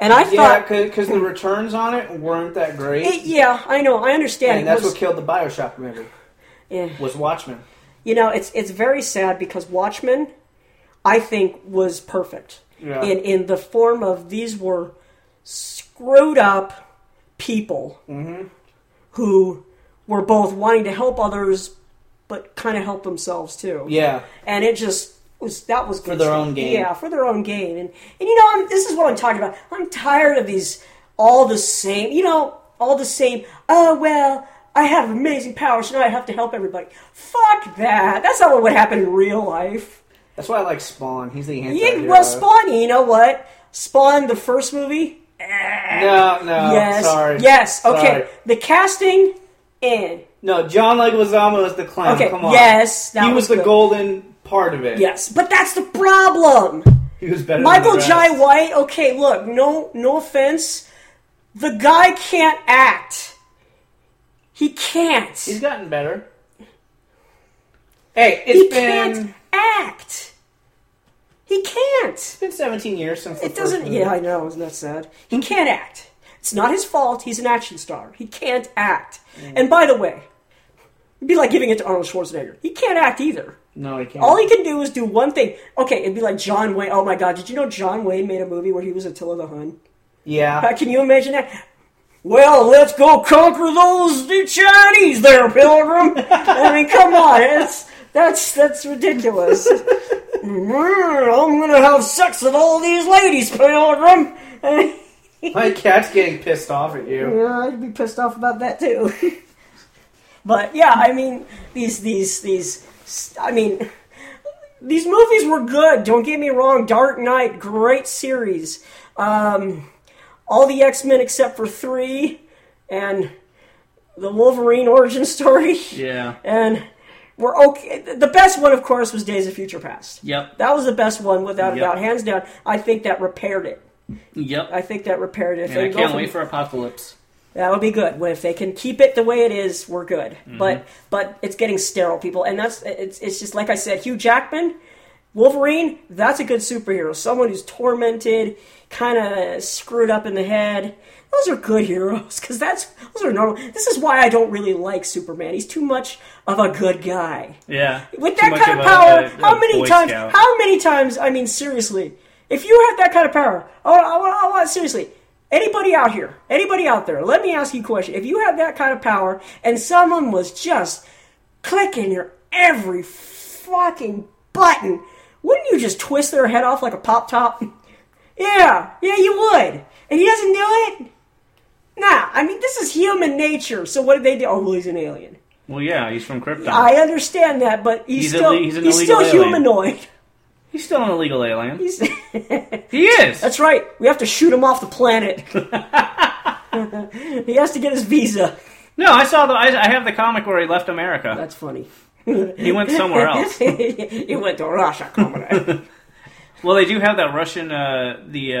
Speaker 1: And I
Speaker 2: Yeah,
Speaker 1: thought,
Speaker 2: because the returns on it weren't that great,
Speaker 1: it, yeah, I know, I understand.
Speaker 2: and
Speaker 1: it
Speaker 2: that's
Speaker 1: was,
Speaker 2: what killed the Bioshock movie
Speaker 1: yeah.
Speaker 2: was Watchmen.
Speaker 1: You know, it's it's very sad because Watchmen, I think, was perfect
Speaker 3: Yeah.
Speaker 1: in in the form of these were screwed up people
Speaker 2: Mm-hmm.
Speaker 1: who were both wanting to help others but kind of help themselves too.
Speaker 2: Yeah.
Speaker 1: and it just was that was good
Speaker 2: For their
Speaker 1: stuff.
Speaker 2: own gain.
Speaker 1: Yeah, for their own gain, and and you know I'm, this is what I'm talking about. I'm tired of these all the same. You know, all the same. Oh well, I have amazing powers, so now I have to help everybody. Fuck that. That's not what would happen in real life.
Speaker 2: That's why I like Spawn. He's the anti.
Speaker 1: You, well, Spawn. You know what? Spawn the first movie.
Speaker 2: No, no.
Speaker 1: yes.
Speaker 2: Oh, Sorry.
Speaker 1: Yes. Okay.
Speaker 2: Sorry.
Speaker 1: The casting. And
Speaker 2: No, John Leguizamo was the clown.
Speaker 1: okay.
Speaker 2: Come on.
Speaker 1: Yes. That
Speaker 2: He was, the
Speaker 1: good.
Speaker 2: golden part of it.
Speaker 1: Yes, but that's the problem.
Speaker 2: He was better.
Speaker 1: Michael
Speaker 2: than the
Speaker 1: Jai
Speaker 2: rest.
Speaker 1: White. Okay, look, no, no offense, the guy can't act. He can't.
Speaker 2: He's gotten better. Hey,
Speaker 1: he
Speaker 2: it's been
Speaker 1: can't act. He can't.
Speaker 2: it's been 17 years since the
Speaker 1: It doesn't.
Speaker 2: First movie.
Speaker 1: Yeah, I know. Isn't that sad? He can't act. It's not his fault. He's an action star. He can't act. And by the way, it'd be like giving it to Arnold Schwarzenegger. He can't act either.
Speaker 2: No, he can't.
Speaker 1: All he can do is do one thing. Okay, it'd be like John Wayne. Oh my God, did you know John Wayne made a movie where he was Attila the Hun?
Speaker 2: yeah.
Speaker 1: Uh, Can you imagine that? Well, let's go conquer those Chinese there, Pilgrim. I mean, come on, that's that's that's ridiculous. Mm, I'm gonna have sex with all these ladies, Pilgrim. I mean,
Speaker 2: My cat's getting pissed off at you.
Speaker 1: yeah, I'd be pissed off about that too. but yeah, I mean, these these these. I mean, these movies were good. Don't get me wrong. Dark Knight, great series. Um, all the X Men except for three, and the Wolverine origin story,
Speaker 3: Yeah.
Speaker 1: and we're okay. The best one, of course, was Days of Future Past.
Speaker 3: Yep.
Speaker 1: That was the best one, without a
Speaker 3: Yep.
Speaker 1: doubt, hands down. I think that repaired it.
Speaker 3: Yep.
Speaker 1: I think that repaired it. If
Speaker 3: and I
Speaker 1: they go
Speaker 3: can't
Speaker 1: from-
Speaker 3: wait for Apocalypse.
Speaker 1: that would be good. If they can keep it the way it is, we're good. But but it's getting sterile, people, and that's it's it's just like I said, Hugh Jackman, Wolverine. That's a good superhero. Someone who's tormented, kind of screwed up in the head. Those are good heroes because that's those are normal. This is why I don't really like Superman. He's too much of a good guy.
Speaker 3: Yeah.
Speaker 1: With
Speaker 3: Too
Speaker 1: that
Speaker 3: much
Speaker 1: kind of
Speaker 3: a-
Speaker 1: power,
Speaker 3: a- a
Speaker 1: how many
Speaker 3: Boy
Speaker 1: times?
Speaker 3: Scout.
Speaker 1: How many times? I mean, seriously, if you have that kind of power, oh, I want, I want seriously. Anybody out here? Anybody out there? Let me ask you a question. If you have that kind of power, and someone was just clicking your every fucking button, wouldn't you just twist their head off like a pop top? Yeah, yeah, you would. And he doesn't do it. Nah, I mean this is human nature. So what did they do? Oh, well, he's an alien.
Speaker 3: Well, yeah, he's from Krypton.
Speaker 1: I understand that, but he's,
Speaker 3: He's a
Speaker 1: still
Speaker 3: le- he's an
Speaker 1: he's still
Speaker 3: illegal alien.
Speaker 1: humanoid.
Speaker 3: he's still an illegal alien.
Speaker 1: He's-
Speaker 3: he is.
Speaker 1: That's right. We have to shoot him off the planet. he has to get his visa.
Speaker 3: no, I saw the. I, I have the comic where he left America.
Speaker 1: That's funny.
Speaker 3: He went somewhere else.
Speaker 1: he went to Russia. Come on.
Speaker 3: Well, they do have that Russian, uh, the uh,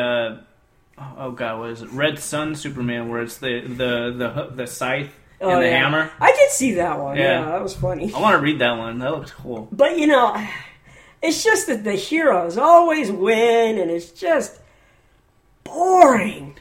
Speaker 3: oh- oh god, what is it? Red Sun Superman, where it's the the the hoo- the scythe and
Speaker 1: Oh,
Speaker 3: the
Speaker 1: yeah.
Speaker 3: hammer.
Speaker 1: I did see that one. Yeah,
Speaker 3: Yeah.
Speaker 1: that was funny.
Speaker 3: I want to read that one. That looks cool.
Speaker 1: But you know, it's just that the heroes always win, and it's just boring.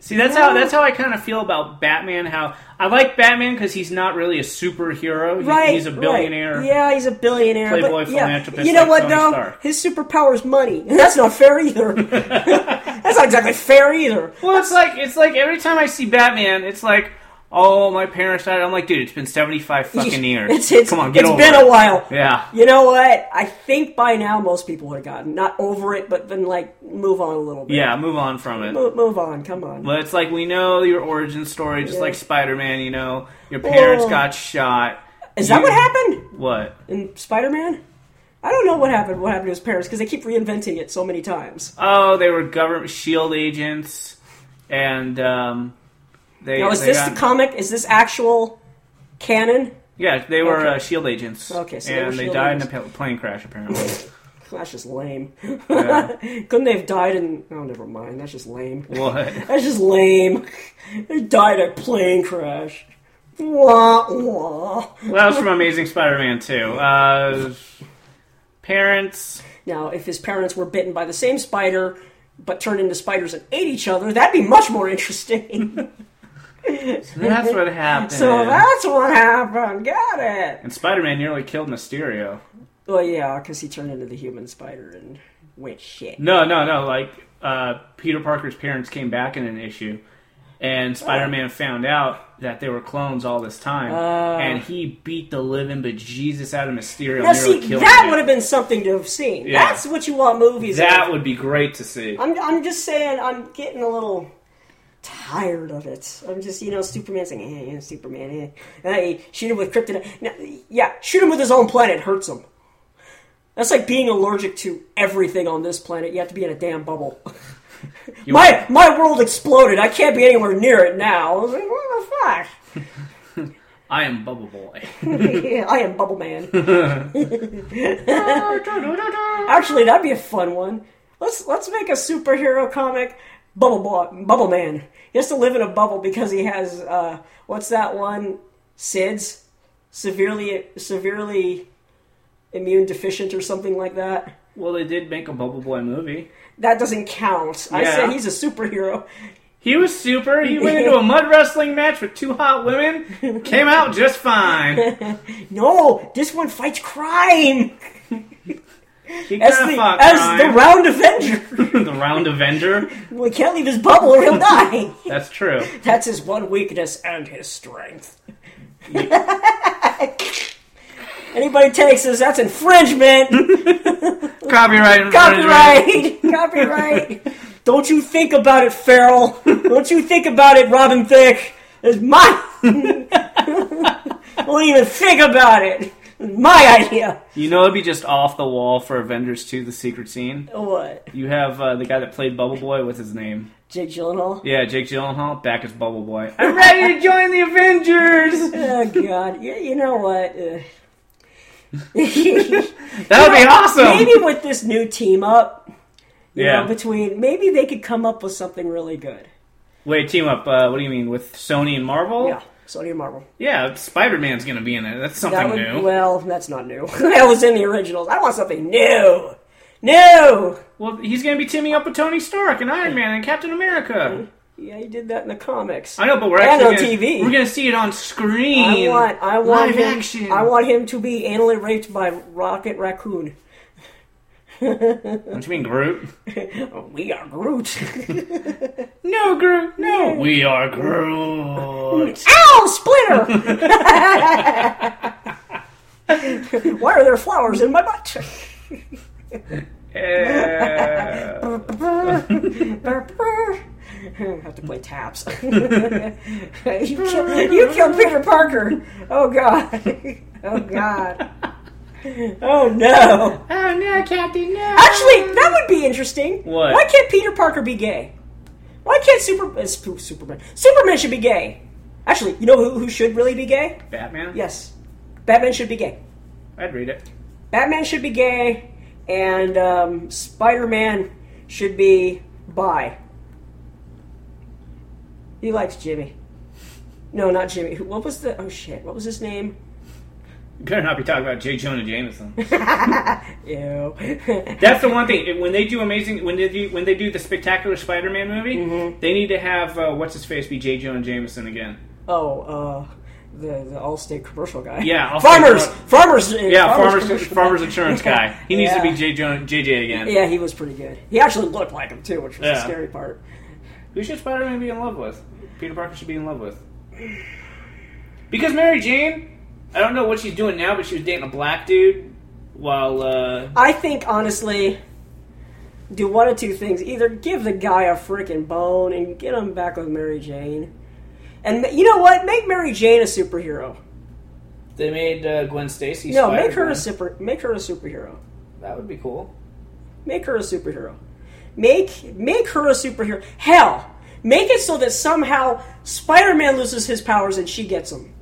Speaker 3: See, that's how that's how I kind of feel about Batman. How I like Batman because he's not really a superhero. He-
Speaker 1: Right.
Speaker 3: he's a
Speaker 1: right.
Speaker 3: billionaire.
Speaker 1: Yeah, he's a billionaire. but,
Speaker 3: Playboy
Speaker 1: yeah.
Speaker 3: philanthropist
Speaker 1: You know
Speaker 3: like
Speaker 1: what
Speaker 3: Tony
Speaker 1: though?
Speaker 3: Stark.
Speaker 1: His superpower is money. And that's not fair either. that's not exactly fair either.
Speaker 3: Well, it's like it's like every time I see Batman, it's like, oh, my parents died. I'm like, dude, it's been 75 fucking years.
Speaker 1: It's, it's,
Speaker 3: Come on, get
Speaker 1: it's
Speaker 3: over
Speaker 1: been
Speaker 3: it.
Speaker 1: a while.
Speaker 3: yeah.
Speaker 1: You know what? I think by now most people would have gotten not over it, but then like move on a little bit.
Speaker 3: Yeah, move on from it.
Speaker 1: Move, move on. Come on.
Speaker 3: But it's like we know your origin story, just
Speaker 1: Yeah.
Speaker 3: like Spider Man. You know, your parents
Speaker 1: Oh.
Speaker 3: got shot.
Speaker 1: Is that
Speaker 2: You-
Speaker 1: what happened
Speaker 2: What?
Speaker 1: in Spider Man? I don't know what happened. What happened to his parents? Because they keep reinventing it so many times.
Speaker 2: Oh, they were government shield agents, and um, they.
Speaker 1: now, is
Speaker 2: they
Speaker 1: this
Speaker 2: got-
Speaker 1: the comic? Is this actual canon?
Speaker 2: Yeah, they were
Speaker 1: Okay.
Speaker 2: uh, shield agents.
Speaker 1: Okay, so they
Speaker 2: and
Speaker 1: were
Speaker 2: they
Speaker 1: SHIELD
Speaker 2: died in a pa- plane crash apparently.
Speaker 1: That's just lame.
Speaker 2: Yeah.
Speaker 1: Couldn't they have died in? Oh, never mind. That's just lame.
Speaker 2: what?
Speaker 1: That's just lame. They died at plane crash. Wah wah.
Speaker 2: What else from Amazing Spider-Man Two? Uh, parents.
Speaker 1: Now, if his parents were bitten by the same spider, but turned into spiders and ate each other, that'd be much more interesting.
Speaker 2: That's what happened.
Speaker 1: so that's what happened. Got it.
Speaker 2: and Spider-Man nearly killed Mysterio.
Speaker 1: Well, yeah, because he turned into the human spider and went shit.
Speaker 2: No, no, no. Like uh, Peter Parker's parents came back in an issue, and Spider-Man found out that they were clones all this time,
Speaker 1: Oh.
Speaker 2: and he beat the living bejesus out of Mysterio.
Speaker 1: Now,
Speaker 2: nearly
Speaker 1: see,
Speaker 2: killed
Speaker 1: that
Speaker 2: him.
Speaker 1: would have been something to have seen.
Speaker 2: Yeah.
Speaker 1: That's what you want movies.
Speaker 2: that
Speaker 1: of.
Speaker 2: would be great to see.
Speaker 1: I'm, I'm just saying, I'm getting a little tired of it. I'm just, you know, Superman saying, eh, eh, Superman, eh. Hey, shoot him with kryptonite. No, yeah, shoot him with his own planet hurts him. That's like being allergic to everything on this planet. You have to be in a damn bubble. my my world exploded. I can't be anywhere near it now. I was like, what
Speaker 2: I am Bubble Boy.
Speaker 1: the fuck? I am Bubble Man. Actually, that'd be a fun one. Let's let's make a superhero comic, Bubble Boy, Bubble Man. He has to live in a bubble because he has uh, what's that one? SIDS, severely severely immune deficient or something like that.
Speaker 2: well, they did make a Bubble Boy movie.
Speaker 1: That doesn't count. I
Speaker 2: Yeah.
Speaker 1: said he's a superhero.
Speaker 2: He was super. He went into a mud wrestling match with two hot women. Came out just fine.
Speaker 1: No, this one fights crime
Speaker 2: He
Speaker 1: as
Speaker 2: kinda
Speaker 1: the
Speaker 2: fought
Speaker 1: as the
Speaker 2: crime.
Speaker 1: round Avenger.
Speaker 2: the round Avenger.
Speaker 1: we can't leave his bubble or he'll die.
Speaker 2: That's true.
Speaker 1: That's his one weakness and his strength. Anybody takes this, that's infringement!
Speaker 2: Copyright infringement.
Speaker 1: Copyright! Copyright! Don't you think about it, Farrell! Don't you think about it, Robin Thicke! It's my. Don't even think about it! It's my idea!
Speaker 2: You know, it'd be just off the wall for Avengers 2 The Secret Scene.
Speaker 1: What?
Speaker 2: You have uh, the guy that played Bubble Boy with his name.
Speaker 1: Jake Gyllenhaal?
Speaker 2: Yeah, Jake Gyllenhaal, back as Bubble Boy. I'm ready to join the Avengers!
Speaker 1: Oh, God. Yeah, you know what? Ugh.
Speaker 2: That would be awesome!
Speaker 1: Maybe with this new team up, you
Speaker 2: Yeah.
Speaker 1: know, between maybe they could come up with something really good.
Speaker 2: Wait, team up. Uh, what do you mean? With Sony and Marvel?
Speaker 1: Yeah, Sony and Marvel.
Speaker 2: Yeah, Spider Man's gonna be in it. That's something
Speaker 1: That would
Speaker 2: new.
Speaker 1: well, that's not new. that was in the originals. I want something new. New.
Speaker 2: Well, he's gonna be teaming up with Tony Stark and Iron Man and Captain America.
Speaker 1: Yeah, you did that in the comics.
Speaker 2: I know, but we're
Speaker 1: And
Speaker 2: actually
Speaker 1: on
Speaker 2: gonna,
Speaker 1: TV.
Speaker 2: We're gonna see it on screen.
Speaker 1: I want, I want
Speaker 2: live
Speaker 1: him,
Speaker 2: action.
Speaker 1: I want him to be anally raped by Rocket Raccoon.
Speaker 2: Don't you mean Groot?
Speaker 1: We are Groot.
Speaker 2: No, Groot. No, we are Groot.
Speaker 1: Ow, Splinter! Why are there flowers in my butt?
Speaker 2: Yeah.
Speaker 1: have to play taps. you, killed, you killed Peter Parker. Oh god. Oh god. Oh no.
Speaker 2: oh no, Captain! No.
Speaker 1: Actually, that would be interesting.
Speaker 2: What?
Speaker 1: Why can't Peter Parker be gay? Why can't Super, uh, Sp- Superman Superman should be gay? Actually, you know who, who should really be gay?
Speaker 2: Batman.
Speaker 1: Yes, Batman should be gay.
Speaker 2: I'd read it.
Speaker 1: Batman should be gay, and um, Spider Man should be bi. He likes Jimmy. No, not Jimmy. Who- What was the. Oh shit, what was his name?
Speaker 2: You better not be talking about J. Jonah Jameson.
Speaker 1: Ew.
Speaker 2: That's the one thing. When they do amazing, when they do, when they do the spectacular Spider-Man movie, they need to have uh, what's his face be J. Jonah Jameson again.
Speaker 1: oh, uh. The, the Allstate commercial guy.
Speaker 2: Yeah, Allstate
Speaker 1: farmers,
Speaker 2: commer-
Speaker 1: farmers.
Speaker 2: Yeah, farmers farmers,
Speaker 1: commercial guy.
Speaker 2: insurance guy. He needs to be
Speaker 1: Yeah.
Speaker 2: J. Jonah, JJ again.
Speaker 1: Yeah, he was pretty good. He actually looked like him too, which was the
Speaker 2: Yeah.
Speaker 1: scary part.
Speaker 2: Who should Spider-Man be in love with? Peter Parker should be in love with. Because Mary Jane, I don't know what she's doing now, but she was dating a black dude while uh,
Speaker 1: I think honestly, do one of two things: either give the guy a freaking bone and get him back with Mary Jane, and ma- you know what? Make Mary Jane a superhero.
Speaker 2: They made uh, Gwen Stacy.
Speaker 1: No, make her a
Speaker 2: Spider-Gwen.
Speaker 1: super. Make her a superhero.
Speaker 2: That would be cool.
Speaker 1: Make her a superhero. Make make her a superhero. Hell, make it so that somehow Spider-Man loses his powers and she gets them.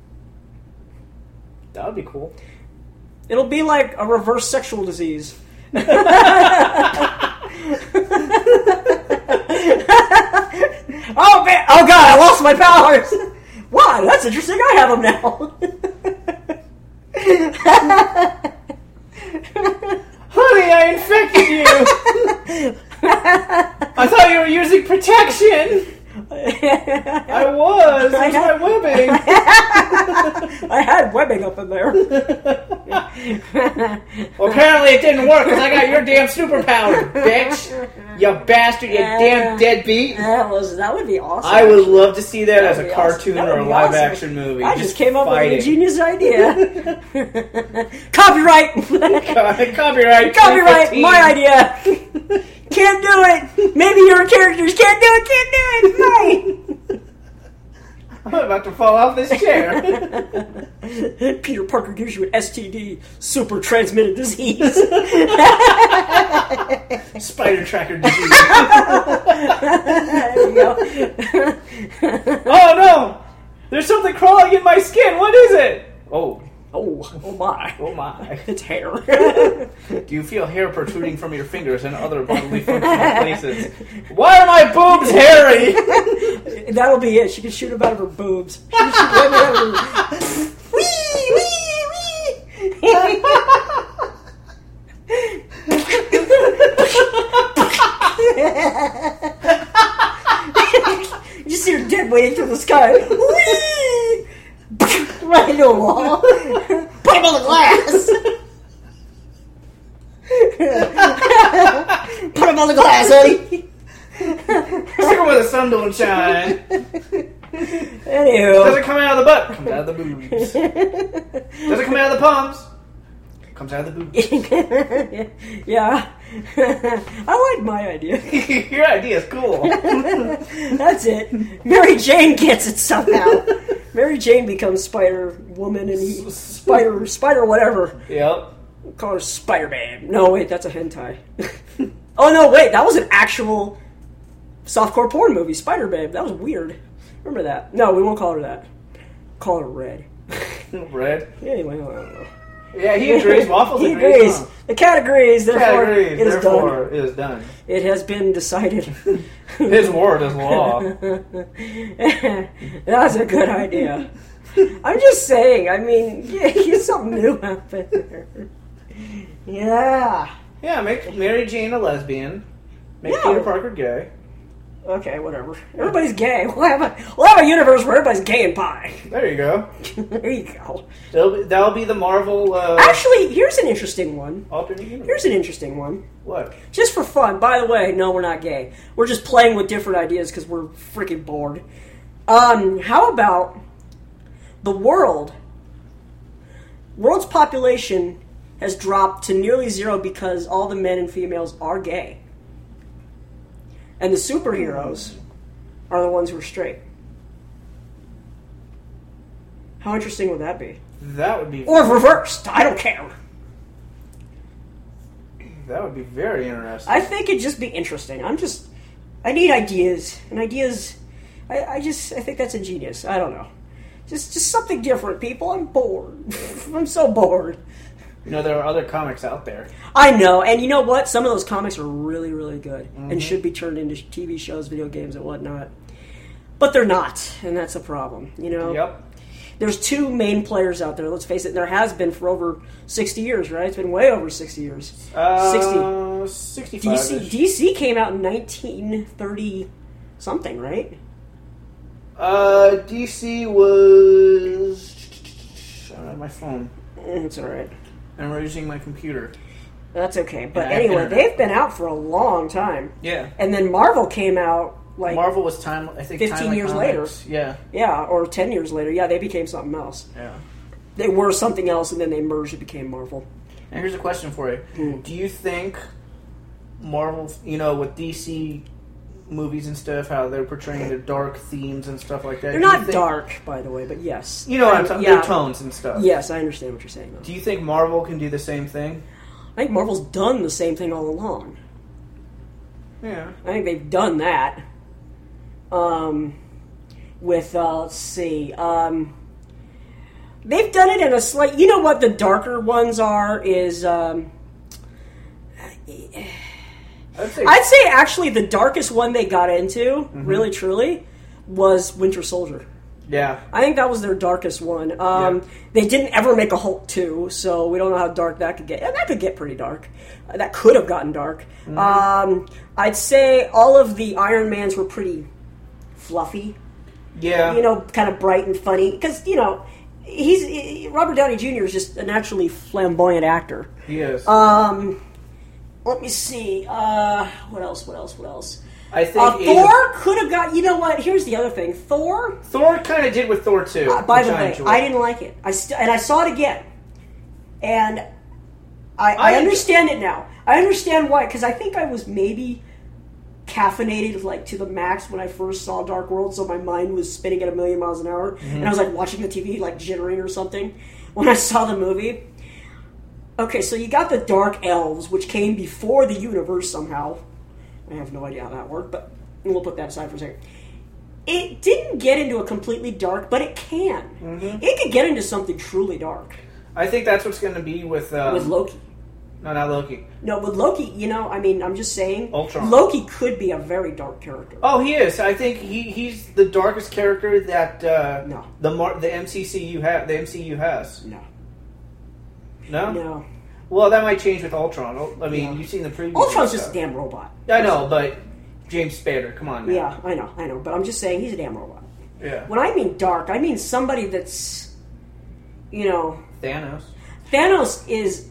Speaker 2: That would be cool.
Speaker 1: It'll be like a reverse sexual disease. oh man! Oh god! I lost my powers. Wow, that's interesting. I have them now.
Speaker 2: Honey, I infected you. I thought you were using protection. I was.
Speaker 1: I
Speaker 2: That's
Speaker 1: had-
Speaker 2: my webbing.
Speaker 1: I had webbing up in there.
Speaker 2: well, apparently it didn't work because I got your damn superpower, bitch. You bastard. You damn deadbeat.
Speaker 1: That was that would be awesome.
Speaker 2: I would love to see that as
Speaker 1: That'd
Speaker 2: a
Speaker 1: be awesome.
Speaker 2: cartoon
Speaker 1: That
Speaker 2: or a
Speaker 1: would be
Speaker 2: live
Speaker 1: awesome.
Speaker 2: action movie.
Speaker 1: I just came up with a
Speaker 2: fighting.
Speaker 1: genius idea. Copyright.
Speaker 2: Copyright.
Speaker 1: Copyright.
Speaker 2: 2015.
Speaker 1: My idea. Can't do it. Maybe your characters can't do it. Can't do it. No.
Speaker 2: I'm about to fall off this chair.
Speaker 1: Peter Parker gives you an STD, super transmitted disease.
Speaker 2: Spider tracker disease.
Speaker 1: there you go.
Speaker 2: oh no! There's something crawling in my skin. What is it? Oh,
Speaker 1: oh, oh my.
Speaker 2: oh my.
Speaker 1: It's hair.
Speaker 2: Do you feel hair protruding from your fingers and other bodily functional places? Why are my boobs hairy?
Speaker 1: That'll be it. She can shoot him out of her boobs. She can shoot him out of her- wee, wee, wee. you see her dead waiting through the sky. Wee! right into a wall. Put him in the glass. Put him on the glass, honey.
Speaker 2: Stick 'em where the sun don't shine. Does
Speaker 1: Anywho.
Speaker 2: it come out of the butt? Comes out of the boobs. Does it come out of the palms? Comes out of the boobs.
Speaker 1: yeah. I like my idea.
Speaker 2: your idea is cool.
Speaker 1: That's it. Mary Jane gets it somehow. Mary Jane becomes Spider Woman and he, Spider Spider whatever.
Speaker 2: Yep.
Speaker 1: Call her Spider Man. No, wait, that's a hentai. oh no, wait, that was an actual softcore porn movie, Spider Babe. That was weird. Remember that? No, we won't call her that. Call her Red.
Speaker 2: Red.
Speaker 1: anyway, I don't know.
Speaker 2: Yeah, he agrees. Waffles
Speaker 1: he
Speaker 2: agrees.
Speaker 1: agrees.
Speaker 2: huh?
Speaker 1: The cat agrees. Therefore,
Speaker 2: Cat agrees.
Speaker 1: it is done.
Speaker 2: Therefore, it is done.
Speaker 1: It has been decided.
Speaker 2: His word is law.
Speaker 1: That's a good idea. I'm just saying. I mean, yeah, something new happened there. Yeah.
Speaker 2: Yeah, make Mary Jane a lesbian. Make
Speaker 1: Yeah.
Speaker 2: Peter Parker gay.
Speaker 1: Okay, whatever. Everybody's gay. We'll have a we'll have a universe where everybody's gay and pie.
Speaker 2: There you go.
Speaker 1: there you go.
Speaker 2: That'll be, that'll be the Marvel uh,
Speaker 1: Actually, here's an interesting one.
Speaker 2: alternate universe.
Speaker 1: Here's an interesting one.
Speaker 2: What?
Speaker 1: Just for fun. By the way, no, we're not gay. We're just playing with different ideas because we're freaking bored. Um, how about the world? World's population has dropped to nearly zero because all the men and females are gay. And the superheroes are the ones who are straight. How interesting would that be?
Speaker 2: That would be
Speaker 1: Or reversed. I don't care.
Speaker 2: that would be very interesting.
Speaker 1: I think it'd just be interesting. I'm just, I need ideas, and ideas. I, I just, I think that's ingenious. I don't know, just, just something different, people. I'm bored. I'm so bored.
Speaker 2: you know, there are other comics out there.
Speaker 1: I know, and you know what? Some of those comics are really, really good, and should be turned into TV shows, video games, and whatnot. But they're not, and that's a problem. You know,
Speaker 2: Yep.
Speaker 1: there's two main players out there. Let's face it, and there has been for over sixty years, right? It's been way over sixty years.
Speaker 2: Uh, 60.
Speaker 1: DC DC came out in 1930 something, right?
Speaker 2: Uh, DC was. I don't have my phone.
Speaker 1: It's all right.
Speaker 2: And we're using my computer.
Speaker 1: That's okay. But
Speaker 2: Yeah, I
Speaker 1: anyway,
Speaker 2: figured it
Speaker 1: they've been out for a long time.
Speaker 2: Yeah.
Speaker 1: And then Marvel came out like
Speaker 2: Marvel was time. I think
Speaker 1: 15
Speaker 2: Timely
Speaker 1: years
Speaker 2: Comics. Yeah.
Speaker 1: yeah, or 10 years later. Yeah, they became something else.
Speaker 2: Yeah.
Speaker 1: They were something else and then they merged and became Marvel.
Speaker 2: And here's a question for you: Do you think Marvel, you know, with DC movies and stuff, how they're portraying their dark themes and stuff like that.
Speaker 1: They're
Speaker 2: Do you
Speaker 1: not
Speaker 2: think-
Speaker 1: dark, by the way, but yes.
Speaker 2: You know what I'm
Speaker 1: I-
Speaker 2: talking
Speaker 1: yeah.
Speaker 2: Their tones and stuff.
Speaker 1: Yes, I understand what you're saying. Though.
Speaker 2: Do you think Marvel can do the same thing?
Speaker 1: I think Marvel's done the same thing all along.
Speaker 2: Yeah.
Speaker 1: I think they've done that. Um, with uh, let's see, um, they've done it in a slight. You know what the darker ones are is. Um,
Speaker 2: I'd say
Speaker 1: I'd say actually the darkest one they got into, really truly, was Winter Soldier.
Speaker 2: yeah.
Speaker 1: I think that was their darkest one. Um,
Speaker 2: Yeah.
Speaker 1: They didn't ever make a Hulk two, so we don't know how dark that could get. And that could get pretty dark. Uh, That could have gotten dark. Um, I'd say all of the Iron Mans were pretty fluffy.
Speaker 2: Yeah.
Speaker 1: You know, kind of bright and funny because you know he's he- Robert Downey Jr. is just a naturally flamboyant actor.
Speaker 2: he is.
Speaker 1: Um, let me see. Uh, what else? What else? What else?
Speaker 2: I think
Speaker 1: Uh,
Speaker 2: Asian-
Speaker 1: Thor could have got. You know what? Here's the other thing. Thor
Speaker 2: Thor kind of did with Thor too.
Speaker 1: uh, by
Speaker 2: which
Speaker 1: the
Speaker 2: I
Speaker 1: way,
Speaker 2: enjoyed.
Speaker 1: I didn't like it. I st- and I saw it again, and I, I
Speaker 2: I-
Speaker 1: understand it now. I understand why because I think I was maybe caffeinated like to the max when I first saw Dark World, so my mind was spinning at a million miles an hour, and I was like watching the TV like jittering or something when I saw the movie. Okay, so you got the Dark Elves, which came before the universe somehow. I have no idea how that worked, but we'll put that aside for a second. It didn't get into a completely dark, but it can. It could get into something truly dark
Speaker 2: I think that's what's going to be with um,
Speaker 1: with Loki.
Speaker 2: no, not Loki.
Speaker 1: No, with Loki, you know, I mean, I'm just saying,
Speaker 2: Ultron.
Speaker 1: Loki could be a very dark character.
Speaker 2: Oh, he is. I think he, he's the darkest character that uh,
Speaker 1: No.
Speaker 2: the mar- the MCCU ha- the MCU has.
Speaker 1: No,
Speaker 2: No?
Speaker 1: no,
Speaker 2: Well, that might change with Ultron. Ul- I mean,
Speaker 1: Yeah.
Speaker 2: you've seen the previews.
Speaker 1: Ultron's
Speaker 2: and
Speaker 1: just a
Speaker 2: stuff.
Speaker 1: damn robot.
Speaker 2: I know, but James Spader, come on. Now.
Speaker 1: Yeah, I know, I know, but I'm just saying he's a damn robot.
Speaker 2: Yeah.
Speaker 1: When I mean dark, I mean somebody that's, you know,
Speaker 2: Thanos.
Speaker 1: Thanos is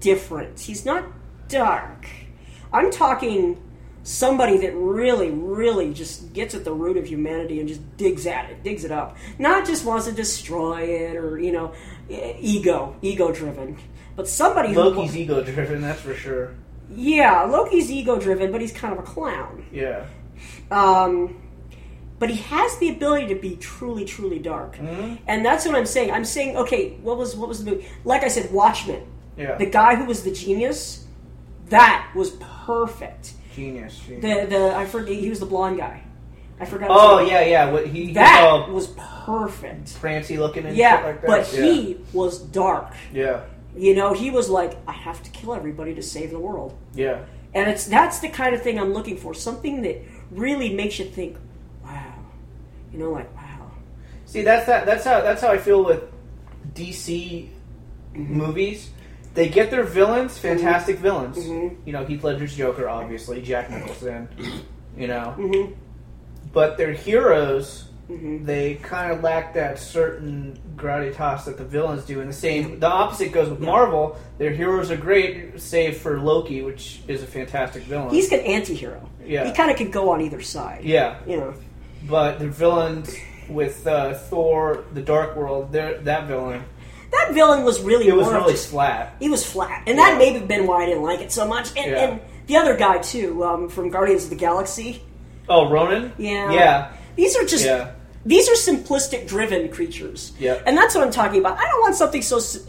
Speaker 1: different. He's not dark. I'm talking somebody that really, really just gets at the root of humanity and just digs at it, digs it up. Not just wants to destroy it or, you know, e- ego, ego driven. But somebody who.
Speaker 2: Loki's e- ego driven, that's for sure.
Speaker 1: Yeah, Loki's ego driven, but he's kind of a clown.
Speaker 2: Yeah.
Speaker 1: Um, but he has the ability to be truly, truly dark.
Speaker 2: Mm.
Speaker 1: And that's what I'm saying. I'm saying, okay, what was what was the movie? Like I said, Watchmen.
Speaker 2: Yeah.
Speaker 1: The guy who was the genius, that was perfect.
Speaker 2: genius. genius.
Speaker 1: The the I forget he was the blonde guy. I forgot. his
Speaker 2: oh
Speaker 1: name.
Speaker 2: yeah, yeah. Oh. What he
Speaker 1: that
Speaker 2: he's all
Speaker 1: was perfect.
Speaker 2: prancy looking and
Speaker 1: Yeah,
Speaker 2: shit like that.
Speaker 1: but
Speaker 2: yeah.
Speaker 1: he was dark.
Speaker 2: Yeah.
Speaker 1: You know, he was like, I have to kill everybody to save the world,
Speaker 2: Yeah.
Speaker 1: and it's that's the kind of thing I'm looking for. Something that really makes you think, wow, you know, like wow.
Speaker 2: See, that's that. That's how. That's how I feel with DC
Speaker 1: Mm-hmm.
Speaker 2: movies. They get their villains, fantastic villains.
Speaker 1: Mhm.
Speaker 2: You know, Heath Ledger's Joker, obviously, Jack Nicholson. You know,
Speaker 1: Mm-hmm.
Speaker 2: but their heroes,
Speaker 1: Mhm.
Speaker 2: they kind of lack that certain gravitas that the villains do. And the same, the opposite goes with Marvel. Their heroes are great, save for Loki, which is a fantastic villain.
Speaker 1: He's an anti-hero.
Speaker 2: Yeah.
Speaker 1: He kind of could go on either side.
Speaker 2: yeah,
Speaker 1: You know.
Speaker 2: but the villains with uh, Thor, the Dark World, they're- that villain,
Speaker 1: That villain was really
Speaker 2: it was
Speaker 1: more of
Speaker 2: really
Speaker 1: just-
Speaker 2: flat.
Speaker 1: he was flat, and that
Speaker 2: Yeah.
Speaker 1: may have been why I didn't like it so much. And,
Speaker 2: Yeah.
Speaker 1: and the other guy too, um, from Guardians of the Galaxy.
Speaker 2: Oh, Ronan?
Speaker 1: Yeah.
Speaker 2: Yeah.
Speaker 1: These are just
Speaker 2: Yeah.
Speaker 1: these are simplistic driven creatures.
Speaker 2: Yeah.
Speaker 1: And that's what I'm talking about. I don't want something so s-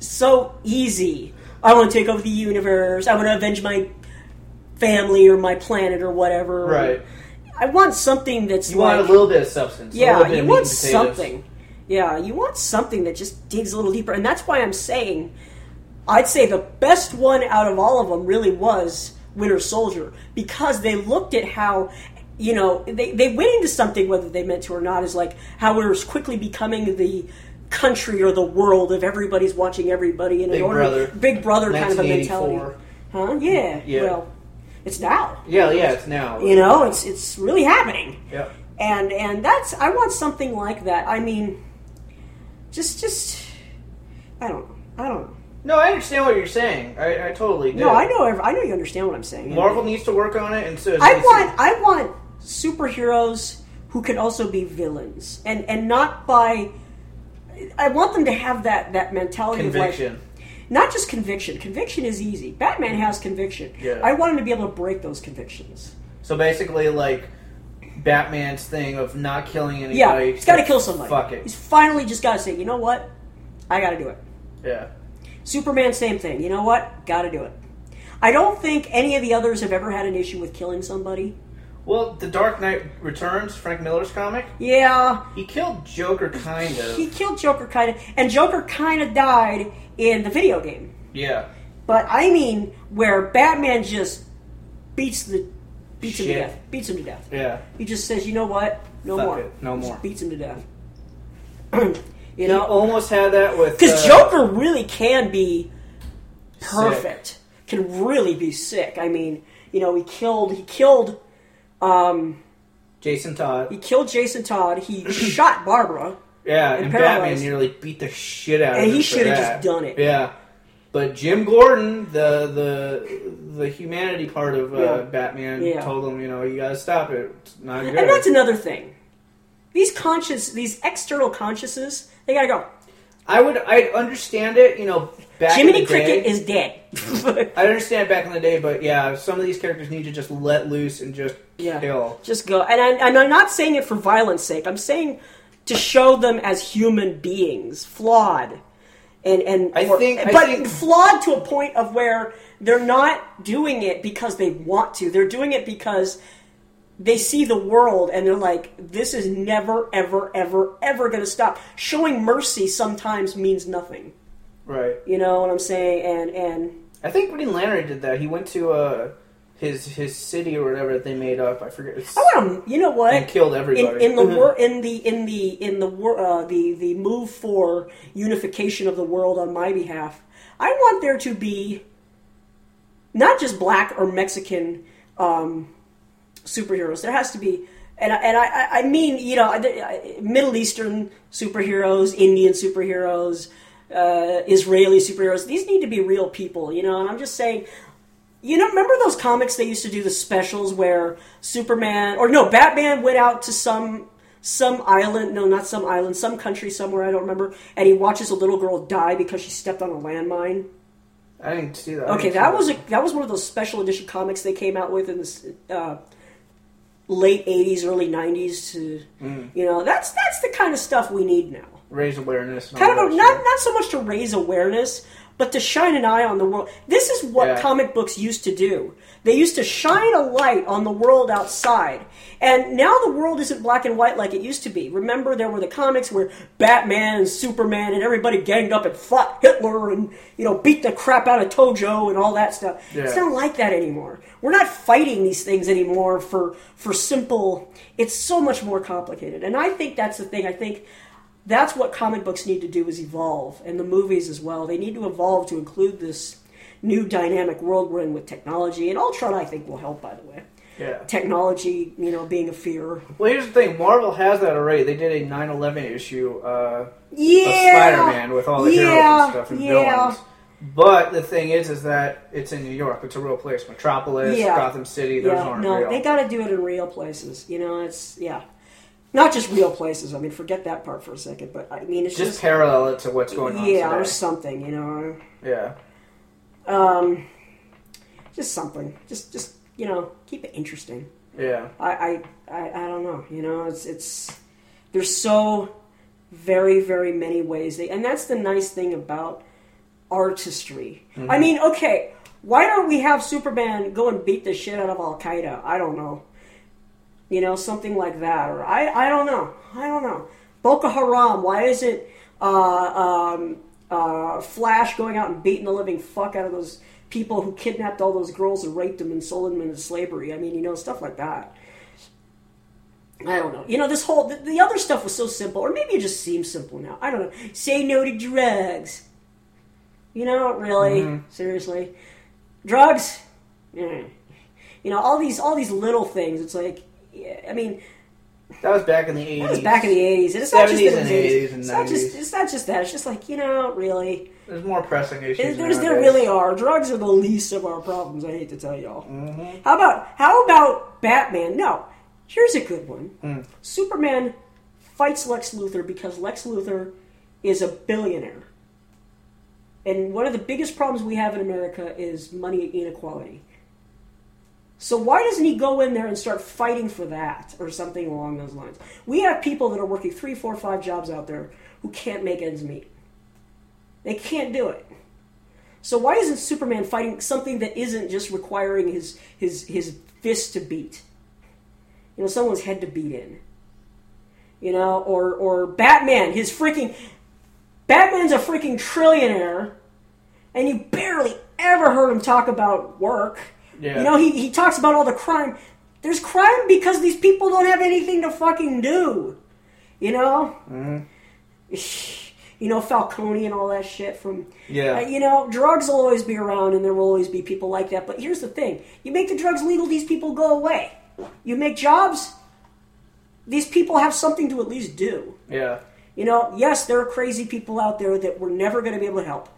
Speaker 1: so easy. I want to take over the universe. I want to avenge my family or my planet or whatever.
Speaker 2: Right.
Speaker 1: I want something that's
Speaker 2: You
Speaker 1: like,
Speaker 2: want a little bit of substance. a little
Speaker 1: Yeah,
Speaker 2: bit of
Speaker 1: you
Speaker 2: meat
Speaker 1: want
Speaker 2: and potatoes.
Speaker 1: something. Yeah, you want something that just digs a little deeper, and that's why I'm saying, I'd say the best one out of all of them really was Winter Soldier because they looked at how, you know, they they went into something whether they meant to or not is like how it was quickly becoming the country or the world of everybody's watching everybody and
Speaker 2: Big
Speaker 1: in order
Speaker 2: Brother.
Speaker 1: Big Brother kind of a
Speaker 2: 1984.
Speaker 1: mentality, huh? Yeah,
Speaker 2: Yeah.
Speaker 1: Well, it's now.
Speaker 2: Yeah, yeah, it's now.
Speaker 1: You know, it's it's really happening
Speaker 2: Yeah.
Speaker 1: and and that's I want something like that. I mean, just just I don't know. I don't know.
Speaker 2: No, I understand what you're saying. I, I totally do.
Speaker 1: No, I know ev- I know you understand what I'm saying.
Speaker 2: Marvel needs to work on it, and so does
Speaker 1: I
Speaker 2: DC.
Speaker 1: want I want superheroes who can also be villains and and not by I want them to have that that mentality of
Speaker 2: conviction.
Speaker 1: like not just conviction. Conviction is easy. Batman has conviction.
Speaker 2: Yeah.
Speaker 1: I want him to be able to break those convictions.
Speaker 2: So basically, like Batman's thing of not killing anybody.
Speaker 1: Yeah, he's got to
Speaker 2: except
Speaker 1: kill somebody.
Speaker 2: Fuck it.
Speaker 1: He's finally just got to say, you know what? I got to do it.
Speaker 2: yeah.
Speaker 1: Superman, same thing. You know what? Got to do it. I don't think any of the others have ever had an issue with killing somebody.
Speaker 2: Well, The Dark Knight Returns, Frank Miller's comic,
Speaker 1: Yeah,
Speaker 2: he killed Joker kind of.
Speaker 1: he killed Joker kind of, and Joker kind of died in the video game.
Speaker 2: yeah.
Speaker 1: But I mean, where Batman just beats the beats him
Speaker 2: Shit.
Speaker 1: to death, beats him to death.
Speaker 2: Yeah.
Speaker 1: He just says, you know what? No
Speaker 2: Fuck
Speaker 1: more.
Speaker 2: it. No
Speaker 1: Just
Speaker 2: more.
Speaker 1: beats him to death.
Speaker 2: He
Speaker 1: you know,
Speaker 2: almost had that with
Speaker 1: because
Speaker 2: uh,
Speaker 1: Joker really can be
Speaker 2: Sick.
Speaker 1: perfect. Can really be sick. I mean, you know, he killed. He killed. Um,
Speaker 2: Jason Todd.
Speaker 1: he killed Jason Todd. He shot Barbara.
Speaker 2: Yeah,
Speaker 1: and
Speaker 2: and, Batman
Speaker 1: paralyzed.
Speaker 2: nearly beat the shit out
Speaker 1: And
Speaker 2: of him.
Speaker 1: he
Speaker 2: for
Speaker 1: shoulda
Speaker 2: that.
Speaker 1: just done it.
Speaker 2: Yeah. But Jim Gordon, the the the humanity part of uh,
Speaker 1: Yeah.
Speaker 2: Batman,
Speaker 1: Yeah.
Speaker 2: told him, you know, you gotta stop it. It's not good.
Speaker 1: And that's another thing. These conscious, these external consciences, they gotta go.
Speaker 2: I would I'd understand it, you know, back in
Speaker 1: Jiminy
Speaker 2: the day.
Speaker 1: Cricket is dead.
Speaker 2: I understand back in the day, but yeah, some of these characters need to just let loose and just
Speaker 1: Yeah.
Speaker 2: kill.
Speaker 1: Just go. And, I, and I'm not saying it for violence sake. I'm saying to show them as human beings, flawed. And, and
Speaker 2: I think- I
Speaker 1: but
Speaker 2: think-
Speaker 1: flawed to a point of where they're not doing it because they want to. They're doing it because they see the world and they're like, "This is never, ever, ever, ever going to stop." Showing mercy sometimes means nothing.
Speaker 2: Right.
Speaker 1: You know what I'm saying? And and
Speaker 2: I think Green Lantern did that. He went to uh, his his city or whatever that they made up. I forget. It's,
Speaker 1: I want to. um, You know what?
Speaker 2: and killed
Speaker 1: in,
Speaker 2: everybody Mm-hmm.
Speaker 1: in the wor- in the in the in the wor- uh, the the move for unification of the world on my behalf, I want there to be not just black or Mexican um, superheroes. There has to be, and I- and I I- I mean you know I- I- Middle Eastern superheroes, Indian superheroes, uh, Israeli superheroes. These need to be real people, you know. And I'm just saying. You know, remember those comics they used to do the specials where Superman or no, Batman went out to some some island, no, not some island, some country somewhere I don't remember, and he watches a little girl die because she stepped on a landmine.
Speaker 2: I didn't see that.
Speaker 1: Okay, that was a, that was one of those special edition comics they came out with in the uh, late '80s, early '90s. To you know, that's that's the kind of stuff we need now.
Speaker 2: raise awareness. and
Speaker 1: Kind
Speaker 2: all
Speaker 1: of a,
Speaker 2: that
Speaker 1: not
Speaker 2: shit.
Speaker 1: not so much to raise awareness, but to shine an eye on the world. This is what
Speaker 2: Yeah.
Speaker 1: comic books used to do. They used to shine a light on the world outside, and now the world isn't black and white like it used to be. Remember, there were the comics where Batman and Superman and everybody ganged up and fought Hitler and you know beat the crap out of Tojo and all that stuff. It's
Speaker 2: Yeah.
Speaker 1: not like that anymore. We're not fighting these things anymore for for simple. It's so much more complicated, and I think that's the thing. I think that's what comic books need to do is evolve and the movies as well they need to evolve to include this new dynamic world we're in with technology and ultron i think will help by the way
Speaker 2: Yeah.
Speaker 1: technology you know being a fear
Speaker 2: Well, here's the thing. Marvel has that already. They did a 9/11 issue uh, of
Speaker 1: yeah
Speaker 2: Spider-Man with all the heroes
Speaker 1: Yeah,
Speaker 2: and stuff and
Speaker 1: yeah.
Speaker 2: villains. But the thing is, is that it's in New York. It's a real place. Metropolis,
Speaker 1: Yeah.
Speaker 2: Gotham City. Those
Speaker 1: yeah
Speaker 2: aren't
Speaker 1: no
Speaker 2: real.
Speaker 1: they got to do it in real places you know it's yeah not just real places i mean forget that part for a second but i mean it's
Speaker 2: just,
Speaker 1: just,
Speaker 2: parallel it to what's going on.
Speaker 1: yeah or
Speaker 2: today.
Speaker 1: something you know
Speaker 2: yeah.
Speaker 1: um just something just just you know keep it interesting
Speaker 2: Yeah.
Speaker 1: I, I, I, I don't know. You know, it's it's there's so very very many ways they, and that's the nice thing about artistry. I mean, okay, why don't we have Superman go and beat the shit out of Al Qaeda? I don't know. You know, something like that, or I, I don't know, I don't know. Boko Haram. Why isn't uh, um, uh, Flash going out and beating the living fuck out of those people who kidnapped all those girls and raped them and sold them into slavery? I mean, you know, stuff like that. I don't know. You know, this whole the, the other stuff was so simple, or maybe it just seems simple now. I don't know. Say no to drugs. You know, really,
Speaker 2: Mm-hmm.
Speaker 1: seriously, drugs. Yeah. You know, all these all these little things. It's like, yeah, I mean,
Speaker 2: That was back in the 80s.
Speaker 1: that was back in the eighties, and it's not just
Speaker 2: 70s
Speaker 1: that it
Speaker 2: and
Speaker 1: was 80s.
Speaker 2: 80s and
Speaker 1: It's not just
Speaker 2: 90s.
Speaker 1: it's not just that. It's just like you know, really,
Speaker 2: There's more pressing issues.
Speaker 1: there's there
Speaker 2: nowadays.
Speaker 1: really are. Drugs are the least of our problems. I hate to tell y'all.
Speaker 2: Mhm.
Speaker 1: How about how about Batman? No, here's a good one.
Speaker 2: Mm.
Speaker 1: Superman fights Lex Luthor because Lex Luthor is a billionaire, and one of the biggest problems we have in America is money inequality. So why doesn't he go in there and start fighting for that or something along those lines? We have people that are working three, four, five jobs out there who can't make ends meet. They can't do it. So why isn't Superman fighting something that isn't just requiring his his his fist to beat? You know, someone's head to beat in. You know, or or Batman, his freaking Batman's a freaking trillionaire, and you barely ever heard him talk about work.
Speaker 2: Yeah.
Speaker 1: You know, he, he talks about all the crime. There's crime because these people don't have anything to fucking do. You know? You know, Falcone and all that shit from.
Speaker 2: Yeah.
Speaker 1: Uh, you know, drugs will always be around and there will always be people like that. But here's the thing you make the drugs legal, these people go away. You make jobs, these people have something to at least do.
Speaker 2: yeah.
Speaker 1: You know, yes, there are crazy people out there that we're never going to be able to help.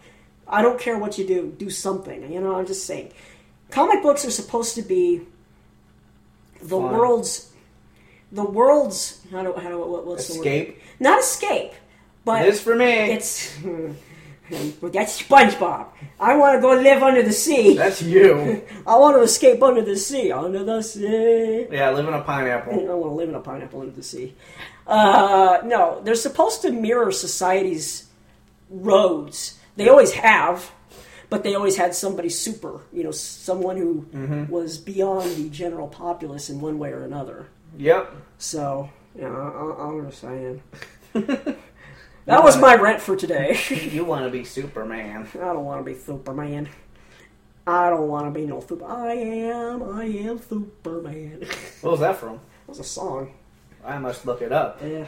Speaker 1: I don't care what you do, do something. You know, I'm just saying. Comic books are supposed to be the
Speaker 2: Fun.
Speaker 1: world's, the world's. How do how do what, what's the
Speaker 2: Escape.
Speaker 1: word? Not escape, but
Speaker 2: This for me.
Speaker 1: it's. Well, that's SpongeBob. I want to go live under the sea.
Speaker 2: That's you.
Speaker 1: I want to escape under the sea. Under the sea.
Speaker 2: yeah, live in a
Speaker 1: I
Speaker 2: pineapple.
Speaker 1: don't want to live in a pineapple under the sea. Uh, no, they're supposed to mirror society's roads. They always have, but they always had somebody super, you know, someone who was beyond the general populace in one way or another.
Speaker 2: Yep.
Speaker 1: So, yeah, I, I, I'm just saying. that was my rant for today.
Speaker 2: You want to be Superman.
Speaker 1: I don't want to be Superman. I don't want to be no super. I am, I am Superman. that
Speaker 2: What was that from?
Speaker 1: was a song.
Speaker 2: I must look it up.
Speaker 1: Yeah.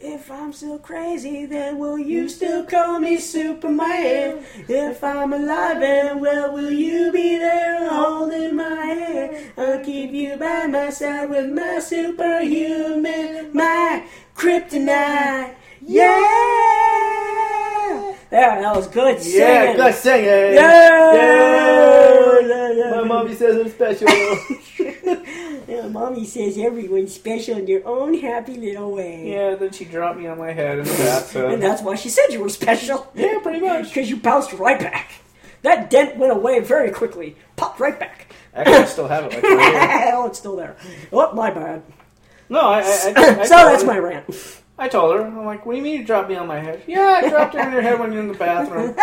Speaker 1: If I'm still crazy, then will you still call me Superman? If I'm alive and well, will you be there holding my hand? I'll keep you by my side with my superhuman, my kryptonite. Yeah! There, that was good singing.
Speaker 2: Yeah, good singing.
Speaker 1: Yeah!
Speaker 2: Yeah. My mommy says I'm special.
Speaker 1: Yeah, Mommy says everyone's special in your own happy little way.
Speaker 2: yeah, then she dropped me on my head in the bathtub.
Speaker 1: And that's why she said you were special.
Speaker 2: yeah, pretty much.
Speaker 1: Because you bounced right back. That dent went away very quickly. Popped right back.
Speaker 2: Actually, I still have it. Like, right here.
Speaker 1: oh, it's still there. Oh, my bad.
Speaker 2: no, I. I, I, I
Speaker 1: so
Speaker 2: told
Speaker 1: that's
Speaker 2: her-
Speaker 1: my rant.
Speaker 2: I told her. I'm like, what do you mean you dropped me on my head? Yeah, I dropped her on your head when you're in the bathroom.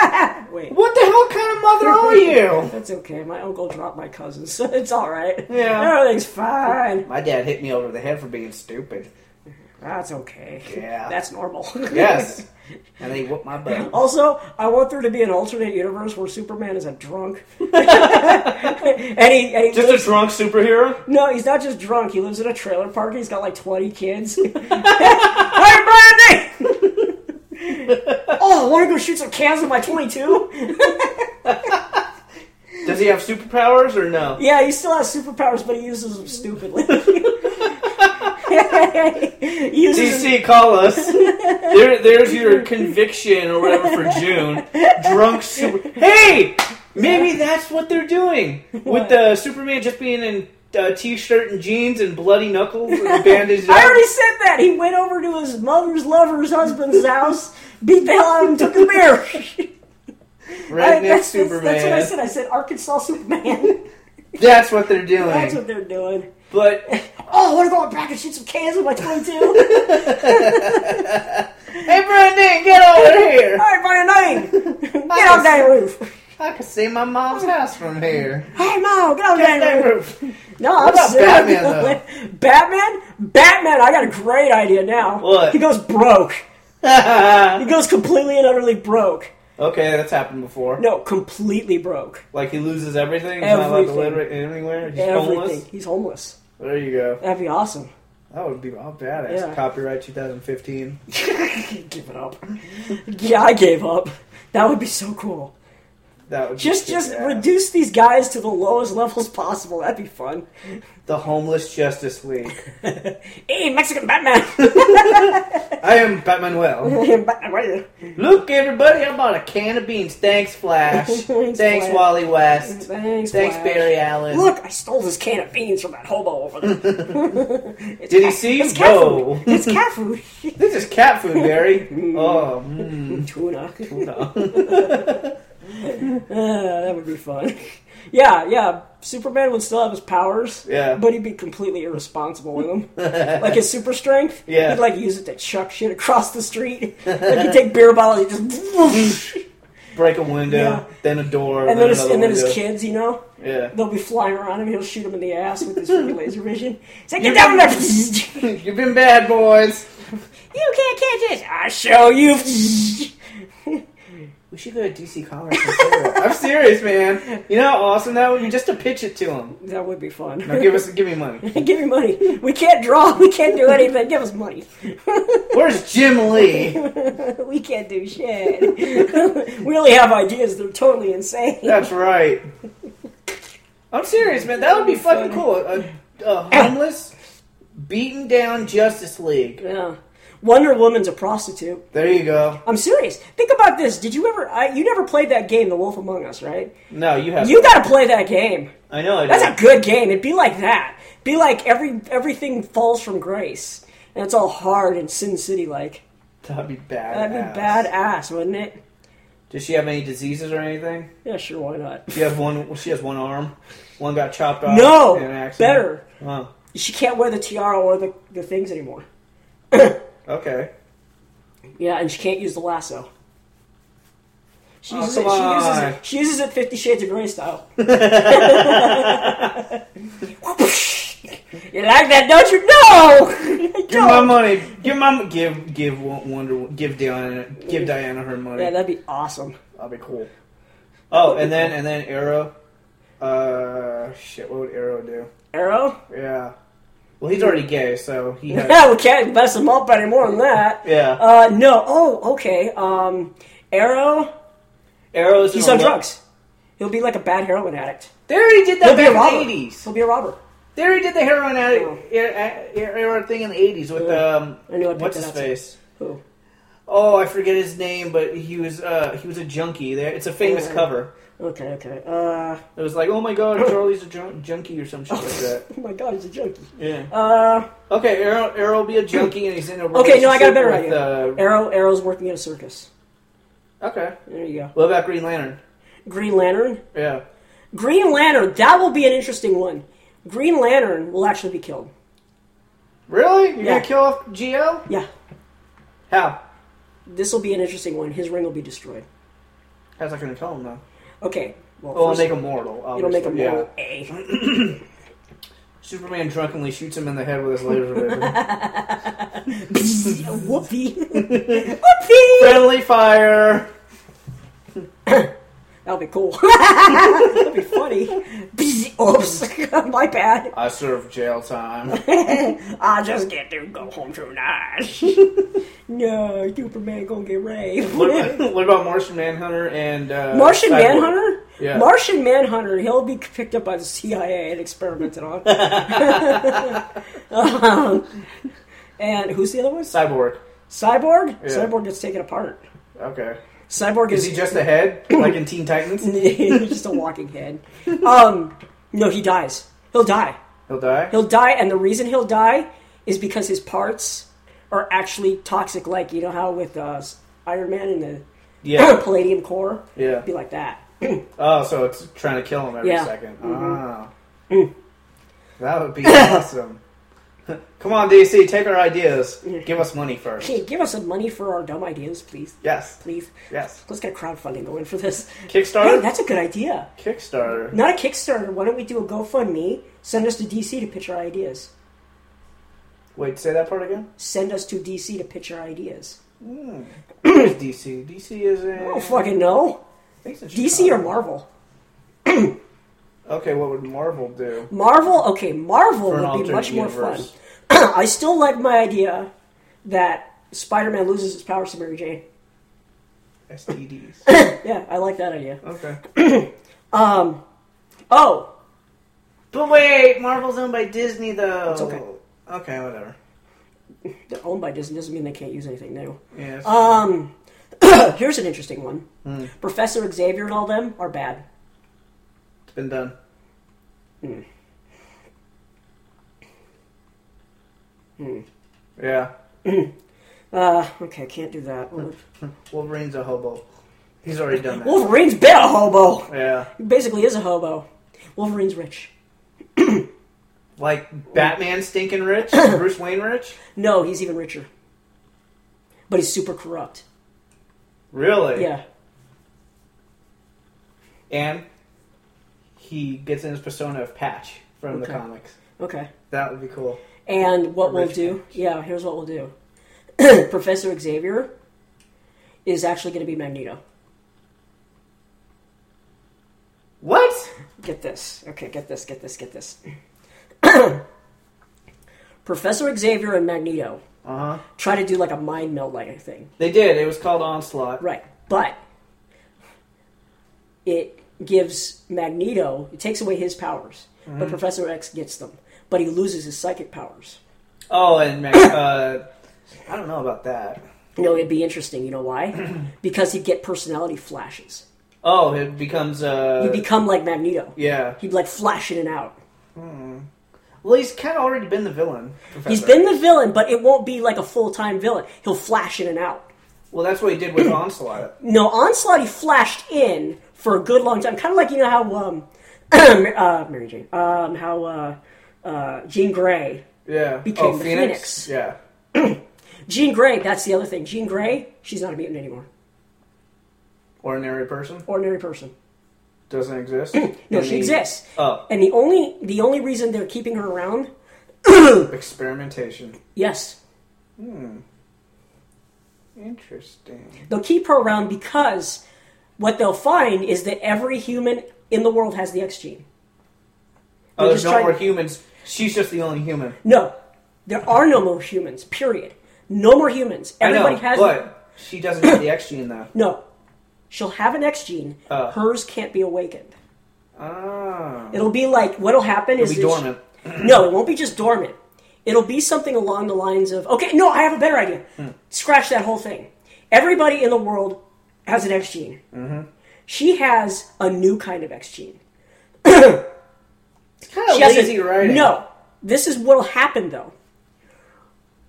Speaker 1: Wait.
Speaker 2: What the hell kind of mother are you?
Speaker 1: That's okay. My uncle dropped my cousins, so it's all right.
Speaker 2: Yeah.
Speaker 1: Everything's fine.
Speaker 2: My dad hit me over the head for being stupid.
Speaker 1: That's okay.
Speaker 2: Yeah.
Speaker 1: That's normal.
Speaker 2: Yes. And they whooped my butt.
Speaker 1: Also, I want there to be an alternate universe where Superman is a drunk. and he, and he
Speaker 2: Just a drunk superhero?
Speaker 1: No, he's not just drunk. He lives in a trailer park. and He's got like 20 kids. hey, Brandy! oh, want to go shoot some cans with my 22?
Speaker 2: Does he have superpowers or no?
Speaker 1: yeah, he still has superpowers, but he uses them stupidly. he uses them-
Speaker 2: DC, call us. There, there's your conviction or whatever for June. Drunk super. Hey, maybe that's what they're doing with the Superman just being in uh, t-shirt and jeans and bloody knuckles and bandages.
Speaker 1: I already said that. He went over to his mother's lover's husband's house, beat the hell out of him, took a beer.
Speaker 2: Redneck
Speaker 1: that's, that's-
Speaker 2: Superman.
Speaker 1: that's what I said. I said Arkansas Superman.
Speaker 2: That's what they're doing.
Speaker 1: that's what they're doing.
Speaker 2: But
Speaker 1: Oh, I want to go out back and shoot some cans with my 22.
Speaker 2: hey, Brendan, get over here.
Speaker 1: Hey, by the name! Get on that roof!
Speaker 2: I can see my mom's house from here.
Speaker 1: Hey, Mo, get on that
Speaker 2: Get that
Speaker 1: roof!
Speaker 2: roof.
Speaker 1: No, I'm
Speaker 2: about
Speaker 1: serious.
Speaker 2: Batman, though?
Speaker 1: Batman? Batman, I got a great idea now.
Speaker 2: What?
Speaker 1: He goes broke. He
Speaker 2: okay,
Speaker 1: goes completely and utterly broke.
Speaker 2: that's happened before.
Speaker 1: No, completely broke.
Speaker 2: Like he loses everything. He's not allowed to
Speaker 1: Everything.
Speaker 2: live anywhere. He's
Speaker 1: Everything.
Speaker 2: homeless.
Speaker 1: He's homeless.
Speaker 2: There you go.
Speaker 1: That'd be awesome.
Speaker 2: That would be all badass.
Speaker 1: Yeah.
Speaker 2: Copyright 2015.
Speaker 1: Give it up. Yeah, I gave up. That would be so cool.
Speaker 2: That would be
Speaker 1: Just,
Speaker 2: sick
Speaker 1: just
Speaker 2: ass.
Speaker 1: reduce these guys to the lowest levels possible. That'd be fun.
Speaker 2: the homeless Justice League.
Speaker 1: Hey, Mexican Batman!
Speaker 2: I am Batman. Well,
Speaker 1: Batman, where are you?
Speaker 2: look, everybody, I bought a can of beans. Thanks, Flash.
Speaker 1: Thanks,
Speaker 2: Thanks,
Speaker 1: Flash.
Speaker 2: Wally West.
Speaker 1: Thanks,
Speaker 2: Thanks,
Speaker 1: Flash.
Speaker 2: Barry Allen.
Speaker 1: Look, I stole this can of beans from that hobo over there. It's
Speaker 2: Did he
Speaker 1: cat-
Speaker 2: see?
Speaker 1: It's cat
Speaker 2: Whoa.
Speaker 1: food. It's cat food.
Speaker 2: This is cat food, Barry. oh, mm,
Speaker 1: Tuna.
Speaker 2: no.
Speaker 1: Uh, that would be fun. Yeah, yeah. Superman would still have his powers,
Speaker 2: Yeah.
Speaker 1: but he'd be completely irresponsible with them. like his super strength,
Speaker 2: Yeah.
Speaker 1: he'd like use it to chuck shit across the street. like he'd take beer bottles and just, whoosh.
Speaker 2: Break a window,
Speaker 1: Yeah.
Speaker 2: then a door,
Speaker 1: and then
Speaker 2: then
Speaker 1: his,
Speaker 2: another
Speaker 1: and then his
Speaker 2: window.
Speaker 1: kids, you know,
Speaker 2: Yeah.
Speaker 1: they'll be flying around him. He'll shoot them in the ass with his freaking laser vision. He's like, get down there! you
Speaker 2: You've been bad, boys.
Speaker 1: can't catch this. I show you.
Speaker 2: We should go to DC Comics. and do it. I'm serious, man. You know how awesome that would be just to pitch it to them.
Speaker 1: that would be fun.
Speaker 2: Now give us, give me money.
Speaker 1: Give me money. We can't draw. We can't do anything. Give us money.
Speaker 2: Where's Jim Lee?
Speaker 1: we can't do shit. we only have ideas. They're totally insane.
Speaker 2: That's right. I'm serious, man. That would be fucking cool. A, a homeless, beaten down Justice League.
Speaker 1: Yeah. Wonder Woman's a prostitute.
Speaker 2: There you go.
Speaker 1: I'm serious. Think about this. Did you ever? I, you never played that game, The Wolf Among Us, right?
Speaker 2: No, you have.
Speaker 1: You got to play that game.
Speaker 2: I know. I do.
Speaker 1: That's a good game. It'd be like that. Be like every everything falls from grace, and it's all hard and Sin City like.
Speaker 2: That'd be bad.
Speaker 1: That'd be badass, wouldn't it?
Speaker 2: Does she have any diseases or anything?
Speaker 1: Yeah, sure. Why not?
Speaker 2: She has one. She has one arm. One got chopped off.
Speaker 1: No,
Speaker 2: uh, in an accident.
Speaker 1: better.
Speaker 2: Oh,
Speaker 1: She can't wear the tiara or the, the things anymore.
Speaker 2: okay.
Speaker 1: Yeah, and she can't use the lasso. She
Speaker 2: Oh,
Speaker 1: uses,
Speaker 2: come
Speaker 1: it, she, uses
Speaker 2: on.
Speaker 1: it, she uses it Fifty Shades of Grey style. you like that, don't you? No, I
Speaker 2: Give my
Speaker 1: don't.
Speaker 2: money. Give my give give Wonder give Diana give Diana her money.
Speaker 1: Yeah, that'd be awesome.
Speaker 2: That'll be cool. Oh, and then and then Arrow. Uh, shit. What would Arrow do?
Speaker 1: Arrow?
Speaker 2: Yeah. Well, he's already gay, so he has.
Speaker 1: Yeah, we can't mess him up any more than that.
Speaker 2: yeah.
Speaker 1: Uh, no. Oh, okay. Um, Arrow.
Speaker 2: Arrow's
Speaker 1: He's on
Speaker 2: gonna look-
Speaker 1: drugs. He'll be like a bad heroin addict.
Speaker 2: They already did that
Speaker 1: He'll be
Speaker 2: back
Speaker 1: a
Speaker 2: in
Speaker 1: robber.
Speaker 2: the eighties.
Speaker 1: He'll be a robber.
Speaker 2: They already did the heroin addict
Speaker 1: Oh.
Speaker 2: Arrow thing in the eighties with
Speaker 1: Yeah.
Speaker 2: um.
Speaker 1: I knew I picked
Speaker 2: What's
Speaker 1: that
Speaker 2: his
Speaker 1: up.
Speaker 2: face?
Speaker 1: Who?
Speaker 2: Oh, I forget his name, but he was uh he was a junkie. There, it's a famous
Speaker 1: Yeah.
Speaker 2: cover.
Speaker 1: Okay. Okay. Uh,
Speaker 2: It was like, oh my god, Charlie's a jun- junkie or some shit like that.
Speaker 1: oh my God, he's a junkie.
Speaker 2: Yeah.
Speaker 1: Uh.
Speaker 2: Okay, Arrow, Arrow will be a junkie and he's in a
Speaker 1: Okay, no, I got a better
Speaker 2: relationship with,
Speaker 1: Arrow, Arrow's working at a circus.
Speaker 2: Uh, okay.
Speaker 1: There you go.
Speaker 2: What about Green Lantern?
Speaker 1: Green Lantern.
Speaker 2: Yeah.
Speaker 1: Green Lantern. That will be an interesting one. Green Lantern will actually be killed.
Speaker 2: Really? You're
Speaker 1: Yeah.
Speaker 2: gonna kill off Geo?
Speaker 1: Yeah,
Speaker 2: How?
Speaker 1: this will be an interesting one. His ring will be destroyed.
Speaker 2: How's that gonna kill him though?
Speaker 1: Okay. Well,
Speaker 2: Well, it'll
Speaker 1: first,
Speaker 2: make him mortal.
Speaker 1: it'll
Speaker 2: Obviously.
Speaker 1: make Eh. him
Speaker 2: Oh, yeah.
Speaker 1: more a.
Speaker 2: Superman drunkenly shoots him in the head with his laser vision.
Speaker 1: Whoopee. Whoopee.
Speaker 2: Friendly fire.
Speaker 1: That'll be cool. That'll be funny. Oops. My bad.
Speaker 2: I serve jail time.
Speaker 1: I just get to go home tonight. no, Superman gonna get raped.
Speaker 2: what, what about Martian Manhunter and uh,
Speaker 1: Martian
Speaker 2: Cyborg?
Speaker 1: Manhunter?
Speaker 2: Yeah.
Speaker 1: Martian Manhunter, he'll be picked up by the CIA and experimented on. Um, and who's the other one?
Speaker 2: Cyborg.
Speaker 1: Cyborg?
Speaker 2: Yeah.
Speaker 1: Cyborg gets taken apart.
Speaker 2: Okay.
Speaker 1: Cyborg
Speaker 2: Is
Speaker 1: is,
Speaker 2: he just a head like in Teen
Speaker 1: Mm.
Speaker 2: Titans?
Speaker 1: just a walking head. Um, no, he dies. He'll die.
Speaker 2: He'll die.
Speaker 1: He'll die, and the reason he'll die is because his parts are actually toxic, like, you know how with uh, Iron Man and the
Speaker 2: Yeah.
Speaker 1: Palladium Core?
Speaker 2: Yeah.
Speaker 1: Be like that.
Speaker 2: Oh, so it's trying to kill him every
Speaker 1: Yeah. Mm-hmm. Mm.
Speaker 2: 2nd Ah. That would be awesome. Come on, DC, take our ideas. Give us money first.
Speaker 1: Hey, give us some money for our dumb ideas, please.
Speaker 2: Yes.
Speaker 1: Please.
Speaker 2: Yes.
Speaker 1: Let's get crowdfunding going for this. Hey,
Speaker 2: Kickstarter?
Speaker 1: that's a good idea.
Speaker 2: Kickstarter.
Speaker 1: Not a Kickstarter. Why don't we do a GoFundMe? Send us to DC to pitch our ideas.
Speaker 2: Wait, say that part again?
Speaker 1: Send us to DC to pitch our ideas.
Speaker 2: Where's DC? DC is in.
Speaker 1: I don't fucking know. DC or Marvel?
Speaker 2: Okay, what would Marvel do?
Speaker 1: Marvel? Okay, Marvel
Speaker 2: For an
Speaker 1: would be
Speaker 2: alternate
Speaker 1: much more fun.
Speaker 2: universe.
Speaker 1: I still like my idea that Spider Man loses his powers to Mary Jane.
Speaker 2: STDs.
Speaker 1: Yeah, I like that idea.
Speaker 2: okay.
Speaker 1: Oh,
Speaker 2: But wait, Marvel's owned by Disney, though. It's
Speaker 1: okay.
Speaker 2: Okay, whatever.
Speaker 1: they're owned by Disney doesn't mean they can't use anything new.
Speaker 2: Yes.
Speaker 1: Um, here's an interesting one.
Speaker 2: Hmm.
Speaker 1: Professor Xavier and all them are bad.
Speaker 2: it's been done. Hmm. Yeah.
Speaker 1: Uh, okay, can't do that.
Speaker 2: Wolverine's a hobo. He's already done that.
Speaker 1: Wolverine's been a hobo.
Speaker 2: Yeah.
Speaker 1: He basically is a hobo. Wolverine's rich.
Speaker 2: Like Batman stinking rich, Bruce Wayne rich.
Speaker 1: No, he's even richer. But he's super corrupt.
Speaker 2: Really?
Speaker 1: Yeah.
Speaker 2: And he gets in his persona of Patch from
Speaker 1: Okay.
Speaker 2: the comics.
Speaker 1: Okay.
Speaker 2: That would be cool.
Speaker 1: And what we'll
Speaker 2: Rich
Speaker 1: do, yeah, here's what we'll do. Professor Xavier is actually going to be Magneto.
Speaker 2: What?
Speaker 1: Get this. Okay, get this, get this, get this. Professor Xavier and Magneto
Speaker 2: Uh huh.
Speaker 1: try to do like a mind meld like thing.
Speaker 2: They did. It was called Onslaught.
Speaker 1: Right. But it gives Magneto, it takes away his powers, but Professor X gets them. But he loses his psychic powers.
Speaker 2: Oh, and Mac- uh, I don't know about that.
Speaker 1: No, it'd be interesting. You know why? because he'd get personality flashes.
Speaker 2: Oh, it becomes uh,
Speaker 1: He'd become like Magneto.
Speaker 2: yeah.
Speaker 1: He'd like flash in and out.
Speaker 2: Well, he's kind of already been the villain. Professor.
Speaker 1: He's been the villain, but it won't be like a full time villain. He'll flash in and out.
Speaker 2: Well, that's what he did with Onslaught.
Speaker 1: No, Onslaught, he flashed in for a good long time. Kind of like, you know, how um, uh, Mary Jane, um, how uh, uh, Jean Grey.
Speaker 2: Yeah.
Speaker 1: Became
Speaker 2: oh,
Speaker 1: the
Speaker 2: Phoenix.
Speaker 1: Phoenix.
Speaker 2: Yeah.
Speaker 1: Jean Grey, that's the other thing. Jean Grey, she's not a mutant anymore.
Speaker 2: Ordinary person
Speaker 1: Ordinary person.
Speaker 2: doesn't exist.
Speaker 1: No,
Speaker 2: In
Speaker 1: she
Speaker 2: the-
Speaker 1: exists.
Speaker 2: Oh,
Speaker 1: And the only the only reason they're keeping her around,
Speaker 2: experimentation.
Speaker 1: yes,
Speaker 2: Interesting.
Speaker 1: They'll keep her around because what they'll find is that every human in the world has the X gene.
Speaker 2: Oh, there's
Speaker 1: just
Speaker 2: no
Speaker 1: trying-
Speaker 2: more humans. She's just the only human.
Speaker 1: No, there are no more humans. Period. No more humans. Everybody
Speaker 2: I know,
Speaker 1: has.
Speaker 2: but she doesn't have the X gene though.
Speaker 1: No, she'll have an X gene.
Speaker 2: Oh.
Speaker 1: Hers can't be awakened.
Speaker 2: Ah.
Speaker 1: It'll be like what'll happen
Speaker 2: It'll
Speaker 1: is that
Speaker 2: be
Speaker 1: she-
Speaker 2: dormant.
Speaker 1: No, it won't be just dormant. It'll be something along the lines of, okay, no, I have a better idea.
Speaker 2: Hmm.
Speaker 1: Scratch that whole thing. Everybody in the world has an X gene.
Speaker 2: Mm-hmm.
Speaker 1: She has a new kind of X gene.
Speaker 2: It's kind of
Speaker 1: She has a-
Speaker 2: lazy writing.
Speaker 1: No, this is what'll happen though.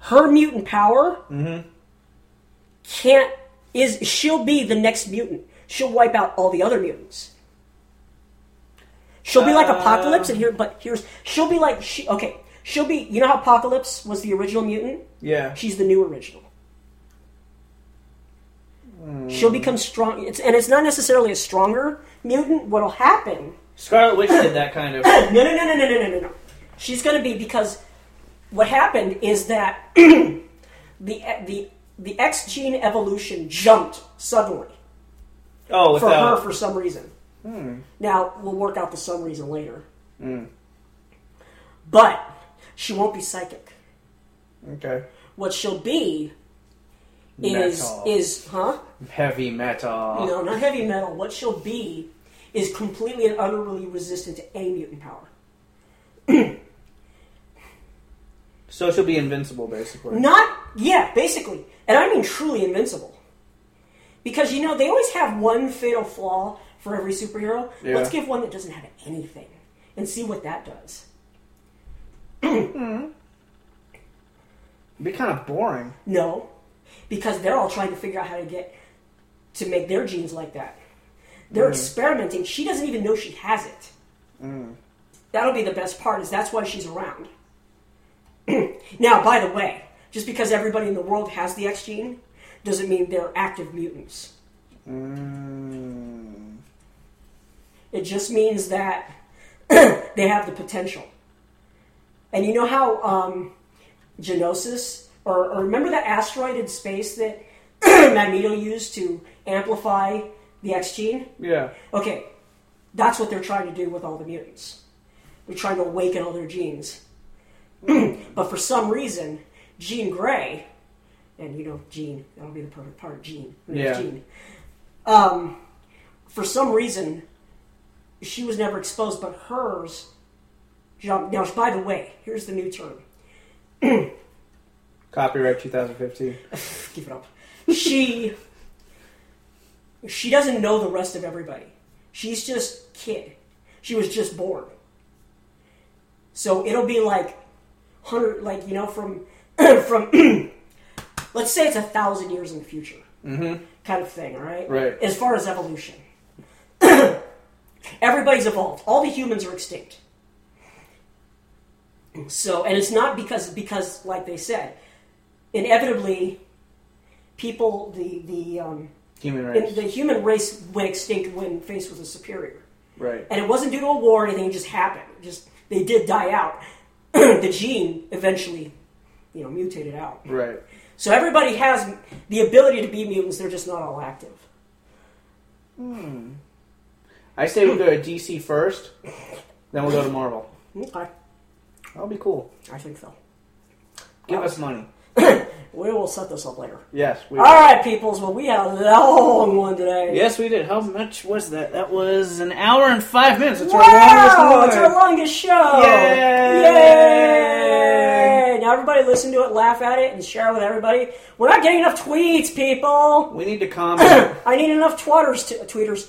Speaker 1: Her mutant power
Speaker 2: Mm-hmm.
Speaker 1: can't is she'll be the next mutant. She'll wipe out all the other mutants. She'll be
Speaker 2: Uh.
Speaker 1: like Apocalypse, and here, but here's she'll be like she. Okay, she'll be. You know how Apocalypse was the original mutant?
Speaker 2: Yeah.
Speaker 1: She's the new original.
Speaker 2: Hmm.
Speaker 1: She'll become strong, it's, and it's not necessarily a stronger mutant. What'll happen?
Speaker 2: Scarlet Witch did that kind of.
Speaker 1: No, no, no, no, no, no, no, no, no. She's going to be because what happened is that the the the X gene evolution jumped suddenly
Speaker 2: Oh,
Speaker 1: for
Speaker 2: without.
Speaker 1: her for some reason. Now we'll work out the some reason later. But she won't be psychic.
Speaker 2: Okay.
Speaker 1: What she'll be is
Speaker 2: Metal. Oh.
Speaker 1: is huh?
Speaker 2: Heavy metal.
Speaker 1: No, not heavy metal. What she'll be is completely and utterly resistant to any mutant power.
Speaker 2: So she'll be invincible, basically.
Speaker 1: Not, yeah, basically. And I mean truly invincible. Because, you know, they always have one fatal flaw for every superhero.
Speaker 2: Yeah.
Speaker 1: Let's give one that doesn't have anything and see what that does.
Speaker 2: It'd be kind of boring.
Speaker 1: No, because they're all trying to figure out how to get to make their genes like that. They're experimenting. She doesn't even know she has it. That'll be the best part. Is that's why she's around. now, by the way, just because everybody in the world has the X gene doesn't mean they're active mutants.
Speaker 2: Mm.
Speaker 1: It just means that they have the potential. And you know how um, Genosis, or, or remember that asteroid in space that Magneto used to amplify the X gene?
Speaker 2: Yeah.
Speaker 1: Okay, that's what they're trying to do with all the mutants. They're trying to awaken all their genes. but for some reason, Jean Grey, and you know, Jean, that'll be the perfect part, Jean. Her name's
Speaker 2: Yeah.
Speaker 1: Jean. Um, for some reason, she was never exposed, but hers jumped. Now, by the way, here's the new term.
Speaker 2: Copyright 2015.
Speaker 1: Give it up. She she doesn't know the rest of everybody. She's just kid. She was just born. So it'll be like hundred, like you know, from from let's say it's a thousand years in the future, mm-hmm. kind of thing. All right,
Speaker 2: Right.
Speaker 1: As far as evolution, Everybody's evolved. All the humans are extinct. So, and it's not because because like they said, inevitably, people the the um,
Speaker 2: Human
Speaker 1: the,
Speaker 2: race.
Speaker 1: the human race went extinct when faced with a superior,
Speaker 2: right.
Speaker 1: and it wasn't due to a war or anything. It just happened. It Just they did die out. the gene eventually, you know, mutated out.
Speaker 2: Right.
Speaker 1: So everybody has the ability to be mutants. They're just not all active.
Speaker 2: I say we go to DC first, then we'll go to Marvel.
Speaker 1: Okay,
Speaker 2: That'll be cool.
Speaker 1: I think so.
Speaker 2: Give us money.
Speaker 1: We will set this up later.
Speaker 2: Yes. We
Speaker 1: All right, peoples. Well, we had a long one today.
Speaker 2: Yes, we did. How much was that? That was an hour and five minutes. It's our
Speaker 1: Wow,
Speaker 2: longest
Speaker 1: it's
Speaker 2: one.
Speaker 1: our longest show.
Speaker 2: Yay.
Speaker 1: Yay! Now everybody listen to it, laugh at it, and share it with everybody. We're not getting enough tweets, people.
Speaker 2: We need to comment.
Speaker 1: I need enough twatters to tweeters.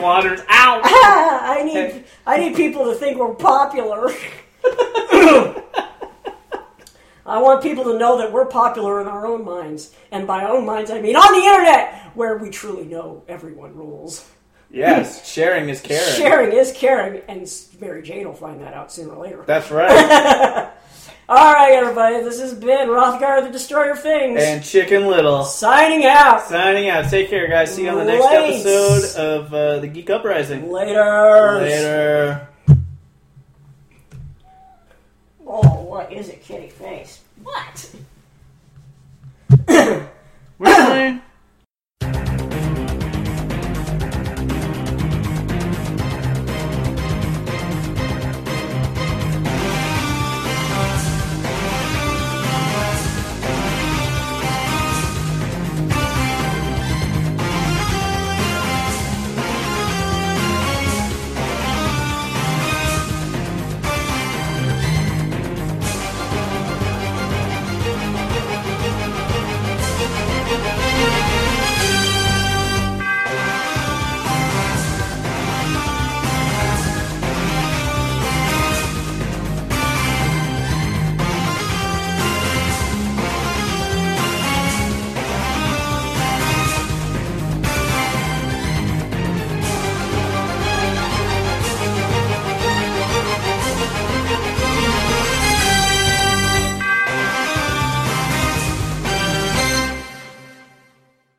Speaker 3: Water's out.
Speaker 1: I need I need people to think we're popular. I want people to know that we're popular in our own minds, and by our own minds I mean on the internet, where we truly know everyone rules.
Speaker 2: yes, sharing is caring.
Speaker 1: Sharing is caring, and Mary Jane will find that out sooner or later.
Speaker 2: That's right.
Speaker 1: All right, everybody. This has been Rothgar the Destroyer of Things
Speaker 2: and Chicken Little
Speaker 1: signing out.
Speaker 2: signing out. Take care, guys. See you on the next
Speaker 1: Lace.
Speaker 2: episode of uh, the Geek Uprising.
Speaker 1: Later.
Speaker 2: Later.
Speaker 1: Oh, what is a kitty face? What?